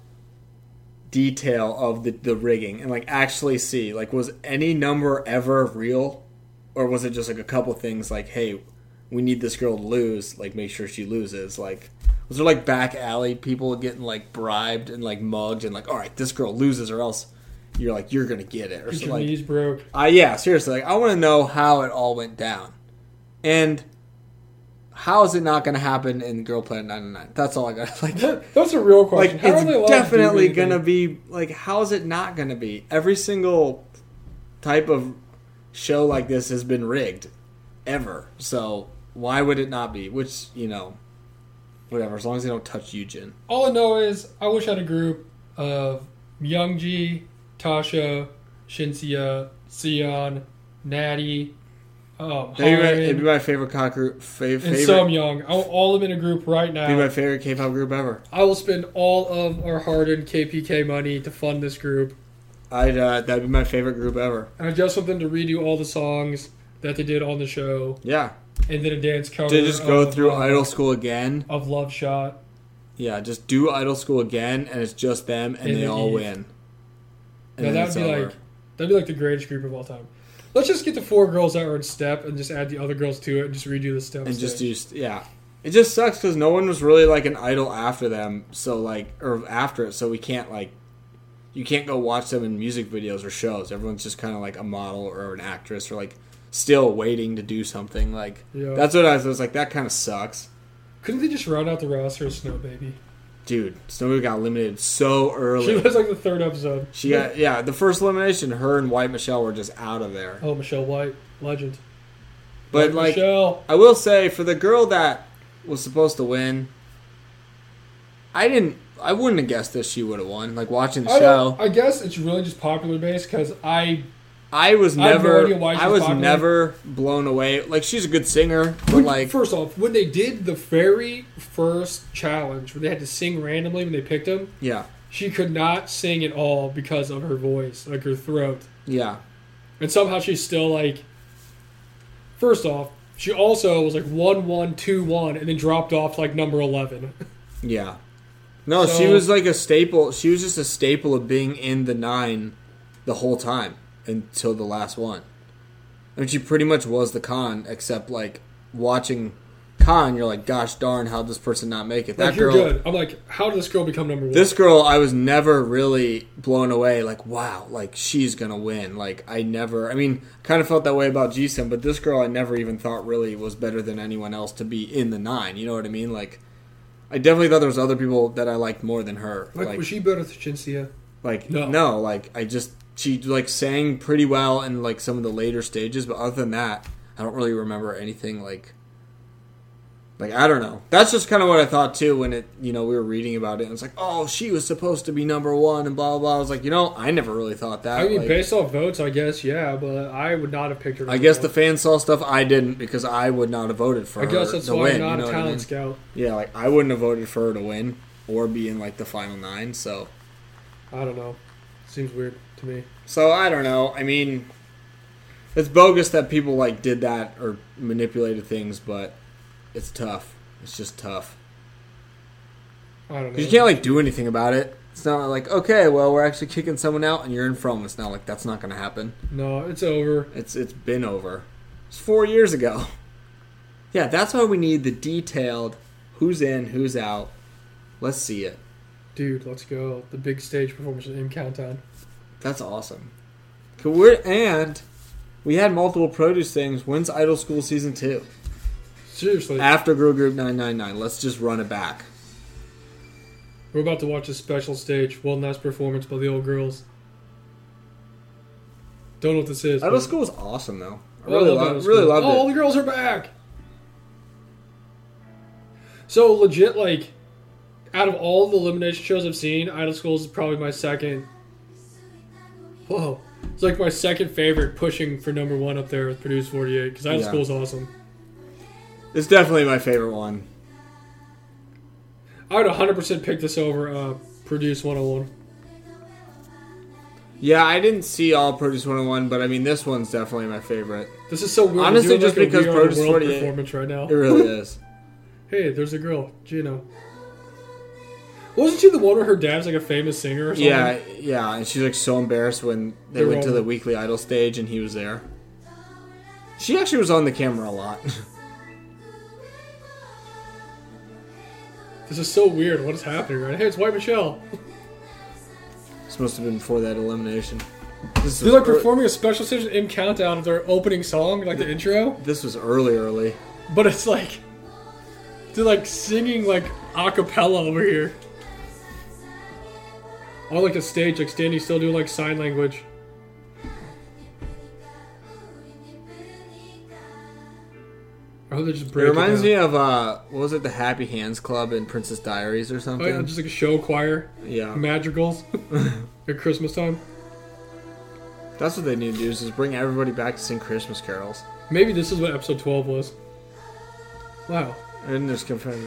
[SPEAKER 1] detail of the the rigging and like actually see like was any number ever real, or was it just like a couple things like hey, we need this girl to lose, like make sure she loses. Like was there like back alley people getting like bribed and like mugged and like all right, this girl loses or else you're like you're gonna get it or
[SPEAKER 2] Because
[SPEAKER 1] something
[SPEAKER 2] your
[SPEAKER 1] like
[SPEAKER 2] knees broke.
[SPEAKER 1] I Uh, yeah, seriously, like I want to know how it all went down, and how is it not going to happen in Girl Planet 99? That's all I got. Like,
[SPEAKER 2] That's a real
[SPEAKER 1] like
[SPEAKER 2] question. How are they
[SPEAKER 1] it's
[SPEAKER 2] allowed to do
[SPEAKER 1] definitely
[SPEAKER 2] anything?
[SPEAKER 1] going to be like how is it not going to be? Every single type of show like this has been rigged ever. So why would it not be? Which you know, whatever. As long as they don't touch Eugen.
[SPEAKER 2] all I know is I wish I had a group of Youngji, Tasha, Shinsia, Sion, Natty, um,
[SPEAKER 1] That'd be my,
[SPEAKER 2] Holland,
[SPEAKER 1] it'd be my favorite cock group. Fav,
[SPEAKER 2] and
[SPEAKER 1] favorite.
[SPEAKER 2] some Young. I want all of them in a group right
[SPEAKER 1] be my
[SPEAKER 2] now.
[SPEAKER 1] favorite K-pop group ever.
[SPEAKER 2] I will spend all of our hard-earned KPK money to fund this group.
[SPEAKER 1] I'd uh, that'd be my favorite group ever.
[SPEAKER 2] And I just want them to redo all the songs that they did on the show,
[SPEAKER 1] Yeah.
[SPEAKER 2] and then a dance cover.
[SPEAKER 1] To just go
[SPEAKER 2] of,
[SPEAKER 1] through
[SPEAKER 2] uh,
[SPEAKER 1] idol school again.
[SPEAKER 2] of Love Shot.
[SPEAKER 1] Yeah, just do idol school again, and it's just them, and
[SPEAKER 2] In
[SPEAKER 1] they
[SPEAKER 2] the
[SPEAKER 1] all
[SPEAKER 2] East.
[SPEAKER 1] win.
[SPEAKER 2] Yeah,
[SPEAKER 1] then
[SPEAKER 2] that'd
[SPEAKER 1] it's
[SPEAKER 2] be
[SPEAKER 1] over.
[SPEAKER 2] like that'd be like the greatest group of all time. Let's just get the four girls that were in step and just add the other girls to it and just redo the steps.
[SPEAKER 1] and just used yeah. It just sucks because no one was really like an idol after them, so like or after it, so we can't like, you can't go watch them in music videos or shows. Everyone's just kind of like a model or an actress or like still waiting to do something. Like
[SPEAKER 2] Yeah.
[SPEAKER 1] that's what I was, I was like. That kind of sucks,
[SPEAKER 2] couldn't they just round out the roster of Snow Baby?
[SPEAKER 1] dude. Snowbee got eliminated so early.
[SPEAKER 2] She was like the third episode.
[SPEAKER 1] She got yeah. The first elimination, her and White Michelle were just out of there.
[SPEAKER 2] oh Michelle White, legend.
[SPEAKER 1] But like,
[SPEAKER 2] Michelle,
[SPEAKER 1] I will say for the girl that was supposed to win, I didn't. I wouldn't have guessed that she would have won. Like watching the
[SPEAKER 2] I,
[SPEAKER 1] show,
[SPEAKER 2] don't- I guess it's really just popular based because I
[SPEAKER 1] I, was
[SPEAKER 2] I have no
[SPEAKER 1] never. I,
[SPEAKER 2] idea why she was
[SPEAKER 1] was
[SPEAKER 2] popular.
[SPEAKER 1] never blown away. Like she's a good singer, but
[SPEAKER 2] When-
[SPEAKER 1] like
[SPEAKER 2] first off when they did the very first challenge where they had to sing randomly when they picked them,
[SPEAKER 1] yeah,
[SPEAKER 2] she could not sing at all because of her voice, like her throat.
[SPEAKER 1] yeah,
[SPEAKER 2] And somehow she's still like. First off, she also was like one one two one, and then dropped off to, like number eleven.
[SPEAKER 1] yeah. No,
[SPEAKER 2] So-
[SPEAKER 1] she was like a staple. She was just a staple of being in the nine the whole time until the last one. I mean, she pretty much was the con, except like watching Khan, you're like, gosh darn, how would this person not make it? That
[SPEAKER 2] Like you're
[SPEAKER 1] girl,
[SPEAKER 2] good. I'm like, how did this girl become number one?
[SPEAKER 1] this girl i was never really blown away like wow like she's gonna win like i never i mean kind of felt that way about Jisoo, but this girl i never even thought really was better than anyone else to be in the nine you know what i mean like i definitely thought there was other people that i liked more than her
[SPEAKER 2] like,
[SPEAKER 1] like like,
[SPEAKER 2] was she better than Shinsia?
[SPEAKER 1] no.
[SPEAKER 2] No.
[SPEAKER 1] like i just she like sang pretty well in like some of the later stages but other than that i don't really remember anything like like I don't know. That's just kind of what I thought too when it, you know, we were reading about it. And it's like, oh, she was supposed to be number one and blah blah. blah. I was like, you know, I never really thought that.
[SPEAKER 2] I mean,
[SPEAKER 1] Like,
[SPEAKER 2] based off votes, I guess yeah, but I would not have picked her.
[SPEAKER 1] I
[SPEAKER 2] number
[SPEAKER 1] guess
[SPEAKER 2] one.
[SPEAKER 1] the fans saw stuff I didn't because I would not have voted for
[SPEAKER 2] I
[SPEAKER 1] her
[SPEAKER 2] guess that's
[SPEAKER 1] to
[SPEAKER 2] why
[SPEAKER 1] win.
[SPEAKER 2] I'm not
[SPEAKER 1] you know
[SPEAKER 2] a
[SPEAKER 1] what I
[SPEAKER 2] talent
[SPEAKER 1] mean?
[SPEAKER 2] scout.
[SPEAKER 1] Yeah, like I wouldn't have voted for her to win or be in like the final nine. So,
[SPEAKER 2] I don't know. Seems weird to me.
[SPEAKER 1] so I don't know. I mean, it's bogus that people like did that or manipulated things, but it's tough. It's just tougugh.
[SPEAKER 2] I don't know.
[SPEAKER 1] You can't like do anything about it. It's not like okay, well, we're actually kicking someone out and you're in from. It's not like that's not going to happen.
[SPEAKER 2] No, it's over.
[SPEAKER 1] It's it's been over. It's four years ago. Yeah, that's why we need the detailed who's in, who's out. Let's see it.
[SPEAKER 2] Dude, let's go. The big stage performance in Countdown.
[SPEAKER 1] That's awesome. 'Cause We're, and we had multiple produce things. When's Idol School season two?
[SPEAKER 2] Seriously.
[SPEAKER 1] After Girl Group 999. Let's just run it back.
[SPEAKER 2] We're about to watch a special stage, one last performance by the old girls. Don't know what this is.
[SPEAKER 1] Idol
[SPEAKER 2] but-
[SPEAKER 1] School is awesome though. I
[SPEAKER 2] I
[SPEAKER 1] really,
[SPEAKER 2] love
[SPEAKER 1] lo-
[SPEAKER 2] Idol School.
[SPEAKER 1] really loved
[SPEAKER 2] oh, all
[SPEAKER 1] it.
[SPEAKER 2] the girls are back. So legit, like, out of all the elimination shows I've seen, Idol School is probably my second. Whoa, it's like my second favorite, pushing for number one up there with Produce Forty Eight because Idol
[SPEAKER 1] Yeah.
[SPEAKER 2] School is awesome.
[SPEAKER 1] It's definitely my favorite one.
[SPEAKER 2] I would 100 percent pick this over uh, Produce One Hundred One.
[SPEAKER 1] Yeah, I didn't see all Produce 101, but I mean, this one's definitely my favorite.
[SPEAKER 2] This is so weird. We're
[SPEAKER 1] Honestly,
[SPEAKER 2] doing,
[SPEAKER 1] just
[SPEAKER 2] like, a
[SPEAKER 1] because
[SPEAKER 2] We Are the
[SPEAKER 1] Produce
[SPEAKER 2] World
[SPEAKER 1] 48
[SPEAKER 2] performance right now.
[SPEAKER 1] It really is.
[SPEAKER 2] Hey, there's a girl, Gino. Wasn't she the one where her dad's like a famous singer or something?
[SPEAKER 1] Yeah, yeah, and she's like so embarrassed when they
[SPEAKER 2] They're
[SPEAKER 1] went to
[SPEAKER 2] all-
[SPEAKER 1] the weekly idol stage and he was there. She actually was on the camera a lot.
[SPEAKER 2] This is so weird. What is happening right? Hey, it's White Michelle.
[SPEAKER 1] this must have been before that elimination. This
[SPEAKER 2] They're
[SPEAKER 1] was
[SPEAKER 2] like
[SPEAKER 1] ear-
[SPEAKER 2] performing a special session in countdown of their opening song, like the intro.
[SPEAKER 1] This was early, early.
[SPEAKER 2] But it's like they're like singing like a cappella over here. On like a stage, like standing still doing like sign language. I hope they just
[SPEAKER 1] It
[SPEAKER 2] break
[SPEAKER 1] reminds
[SPEAKER 2] down.
[SPEAKER 1] me of uh, what was it, the Happy Hands Club in Princess Diaries or
[SPEAKER 2] Oh,
[SPEAKER 1] something?
[SPEAKER 2] yeah, just like a show choir,
[SPEAKER 1] yeah,
[SPEAKER 2] madrigals at Christmas time.
[SPEAKER 1] that's what they need to do is just bring everybody back to sing Christmas carols.
[SPEAKER 2] Maybe this is what episode 12 was. Wow.
[SPEAKER 1] And there's confetti.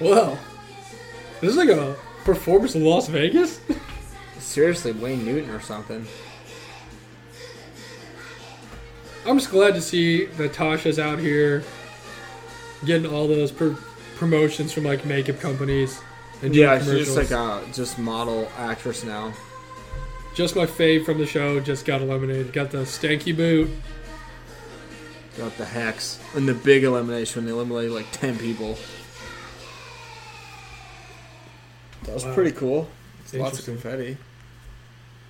[SPEAKER 2] Wow. This is like a performance in Las Vegas?
[SPEAKER 1] Seriously, Wayne Newton or something.
[SPEAKER 2] I'm just glad to see that Tasha's out here getting all those pr- promotions from like makeup companies and doing
[SPEAKER 1] Yeah, she's
[SPEAKER 2] commercials.
[SPEAKER 1] just like a just model actress now.
[SPEAKER 2] Just my fave from the show just got eliminated. Got the stanky boot.
[SPEAKER 1] Got the hex and the big elimination. They eliminated like ten people. That was
[SPEAKER 2] Wow.
[SPEAKER 1] pretty cool. Lots of
[SPEAKER 2] Interesting.
[SPEAKER 1] confetti.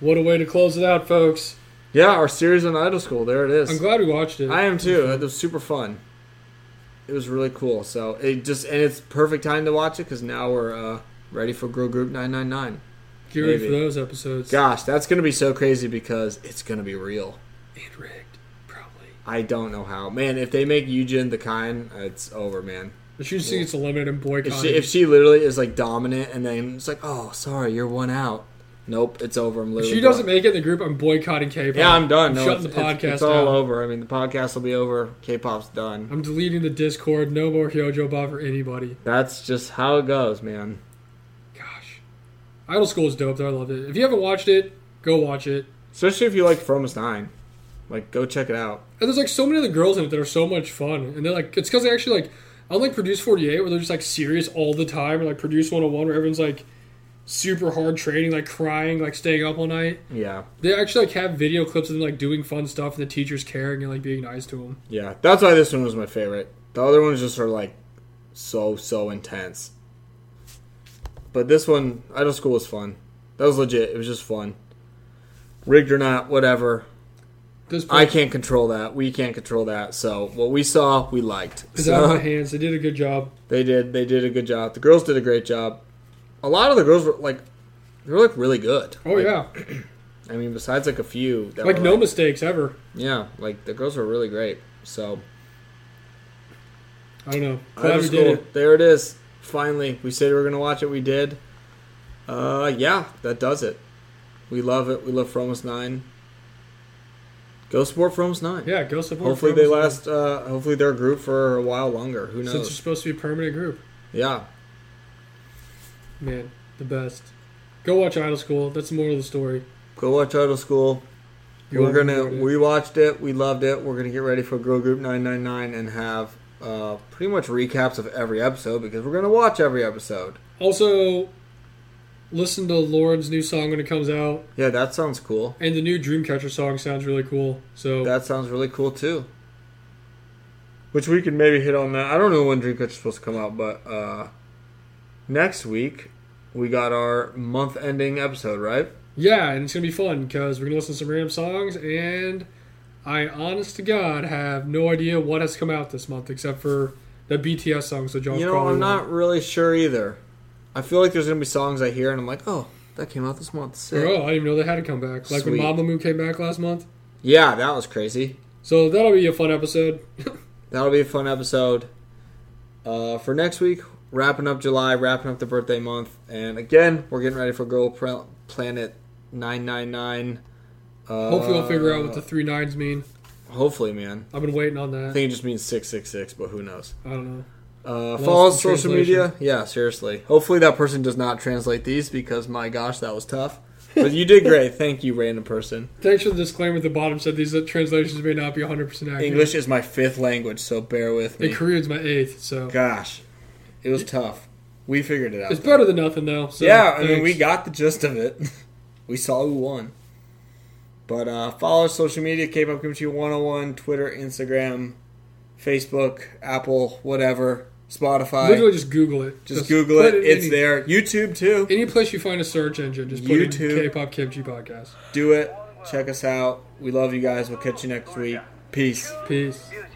[SPEAKER 2] What a way to close it out, folks.
[SPEAKER 1] Yeah, our series on Idol School. There it
[SPEAKER 2] I'm
[SPEAKER 1] is.
[SPEAKER 2] glad Mm-hmm. we watched it.
[SPEAKER 1] I am too. It was super fun. It was really cool. So it just and it's perfect time to watch it because now we're uh, ready for Girl Group 999.
[SPEAKER 2] Get ready for
[SPEAKER 1] maybe.
[SPEAKER 2] those episodes.
[SPEAKER 1] Gosh, that's gonna be so crazy because it's gonna be real.
[SPEAKER 2] And rigged, probably.
[SPEAKER 1] I don't know how, man. If they make Yujin the kind, it's over, man.
[SPEAKER 2] But she just gets eliminated and
[SPEAKER 1] If
[SPEAKER 2] boycotted.
[SPEAKER 1] she, if she literally is like dominant and then it's like, oh, sorry, you're one out. Nope, it's over. I'm literally.
[SPEAKER 2] She doesn't
[SPEAKER 1] done.
[SPEAKER 2] make it in the group. I'm boycotting K-pop.
[SPEAKER 1] Yeah, I'm done. No,
[SPEAKER 2] shutting the
[SPEAKER 1] it's- it's-
[SPEAKER 2] podcast
[SPEAKER 1] It's, all
[SPEAKER 2] down.
[SPEAKER 1] over. I mean, the podcast will be over. K-pop's done.
[SPEAKER 2] I'm deleting the Discord. No more Hyojo Bob for anybody.
[SPEAKER 1] That's just how it goes, man.
[SPEAKER 2] Gosh, Idol School is dope. Though. I loved it. If you haven't watched it, go watch it.
[SPEAKER 1] Especially if you like From Us Nine, like go check it out.
[SPEAKER 2] And there's like so many of the girls in it that are so much fun. And they're like, it's because they actually like, unlike Produce 48 where they're just like serious all the time, or like Produce 101 where everyone's like super hard training, like crying, like staying up all night.
[SPEAKER 1] Yeah,
[SPEAKER 2] They actually like have video clips of them like doing fun stuff and the teachers caring and like being nice to them.
[SPEAKER 1] yeah. That's why this one was my favorite. The other ones just are like so so intense. But this one, Idol School was fun. That was legit. It was just fun. Rigged or not, whatever.
[SPEAKER 2] This part,
[SPEAKER 1] I can't control that. We can't control that. So what we saw, we liked.
[SPEAKER 2] is out of my
[SPEAKER 1] So,
[SPEAKER 2] hands. They did a good job.
[SPEAKER 1] they did. They did a good job. The girls did a great job. A lot of the girls were like, they were like really good.
[SPEAKER 2] Oh
[SPEAKER 1] Like,
[SPEAKER 2] yeah,
[SPEAKER 1] I mean, besides like a few, that
[SPEAKER 2] like
[SPEAKER 1] were,
[SPEAKER 2] no mistakes ever.
[SPEAKER 1] Yeah, like the girls were really great. So
[SPEAKER 2] I don't know. Glad
[SPEAKER 1] Idol
[SPEAKER 2] we
[SPEAKER 1] School,
[SPEAKER 2] did it.
[SPEAKER 1] there it is. Finally, we said we were gonna watch it. We did. Uh, yeah, that does it. We love it. We love Fromos Nine. Go support Fromos Nine.
[SPEAKER 2] Yeah, go support.
[SPEAKER 1] Hopefully they
[SPEAKER 2] Frozen.
[SPEAKER 1] last. Uh, hopefully they're a group for a while longer. Who
[SPEAKER 2] Since
[SPEAKER 1] knows?
[SPEAKER 2] it's supposed to be a permanent group,
[SPEAKER 1] yeah.
[SPEAKER 2] man, the best. Go watch Idol School. That's the moral of the story.
[SPEAKER 1] Go watch Idol School.
[SPEAKER 2] You
[SPEAKER 1] we're
[SPEAKER 2] won't
[SPEAKER 1] gonna
[SPEAKER 2] regret it.
[SPEAKER 1] we watched it, we loved it. We're gonna get ready for Girl Group 999 and have uh, pretty much recaps of every episode because we're gonna watch every episode.
[SPEAKER 2] Also, listen to Lauren's new song when it comes out,
[SPEAKER 1] Yeah, that sounds cool.
[SPEAKER 2] and the new Dreamcatcher song sounds really cool. So
[SPEAKER 1] That sounds really cool too. Which we can maybe hit on that. I don't know when Dreamcatcher's supposed to come out, but uh, next week we got our month-ending episode, right?
[SPEAKER 2] yeah, and it's gonna be fun because we're gonna listen to some random songs, and I honest to God have no idea what has come out this month except for the BTS song. So John,
[SPEAKER 1] You know,
[SPEAKER 2] probably
[SPEAKER 1] I'm
[SPEAKER 2] will.
[SPEAKER 1] not really sure either. I feel like there's gonna be songs I hear and I'm like, oh, that came out this month. Sick.
[SPEAKER 2] Oh, I didn't even know they had a comeback. Like when
[SPEAKER 1] Sweet.
[SPEAKER 2] Mamamoo came back last month.
[SPEAKER 1] Yeah, that was crazy.
[SPEAKER 2] So that'll be a fun episode.
[SPEAKER 1] That'll be a fun episode. Uh, for next week, wrapping up July, wrapping up the birthday month, and again, we're getting ready for Girl Pl- Planet 999. Uh,
[SPEAKER 2] Hopefully, I'll figure out what the three nines mean.
[SPEAKER 1] Hopefully, man.
[SPEAKER 2] I've been waiting on
[SPEAKER 1] I
[SPEAKER 2] that.
[SPEAKER 1] think it just means 666, but who knows?
[SPEAKER 2] I don't know.
[SPEAKER 1] Uh,
[SPEAKER 2] Lost
[SPEAKER 1] follow us
[SPEAKER 2] in
[SPEAKER 1] social
[SPEAKER 2] translation.
[SPEAKER 1] media. Yeah, seriously. Hopefully, that person does not translate these because, my gosh, that was tough. But you did great. Thank you, random person.
[SPEAKER 2] Thanks for the disclaimer at the bottom. Said these translations may not be 100 percent accurate.
[SPEAKER 1] English is my fifth language, so bear with
[SPEAKER 2] And
[SPEAKER 1] me.
[SPEAKER 2] Korean's my eighth, so
[SPEAKER 1] Gosh, it was tough. We figured it out.
[SPEAKER 2] it's
[SPEAKER 1] though.
[SPEAKER 2] better than nothing though. So
[SPEAKER 1] yeah, I mean, we
[SPEAKER 2] thanks.
[SPEAKER 1] got the gist of it. we saw who won. But uh, follow our social media, K-Pop Kimchi 101, Twitter, Instagram, Facebook, Apple, whatever, Spotify.
[SPEAKER 2] literally just Google it.
[SPEAKER 1] just, Google
[SPEAKER 2] put
[SPEAKER 1] it. It's
[SPEAKER 2] any,
[SPEAKER 1] there. YouTube, too.
[SPEAKER 2] Any place you find a search engine, just put
[SPEAKER 1] YouTube.
[SPEAKER 2] in K-pop kimchi podcast.
[SPEAKER 1] Do it. Check us out. We love you guys. We'll catch you next week. Peace.
[SPEAKER 2] Peace.
[SPEAKER 3] music.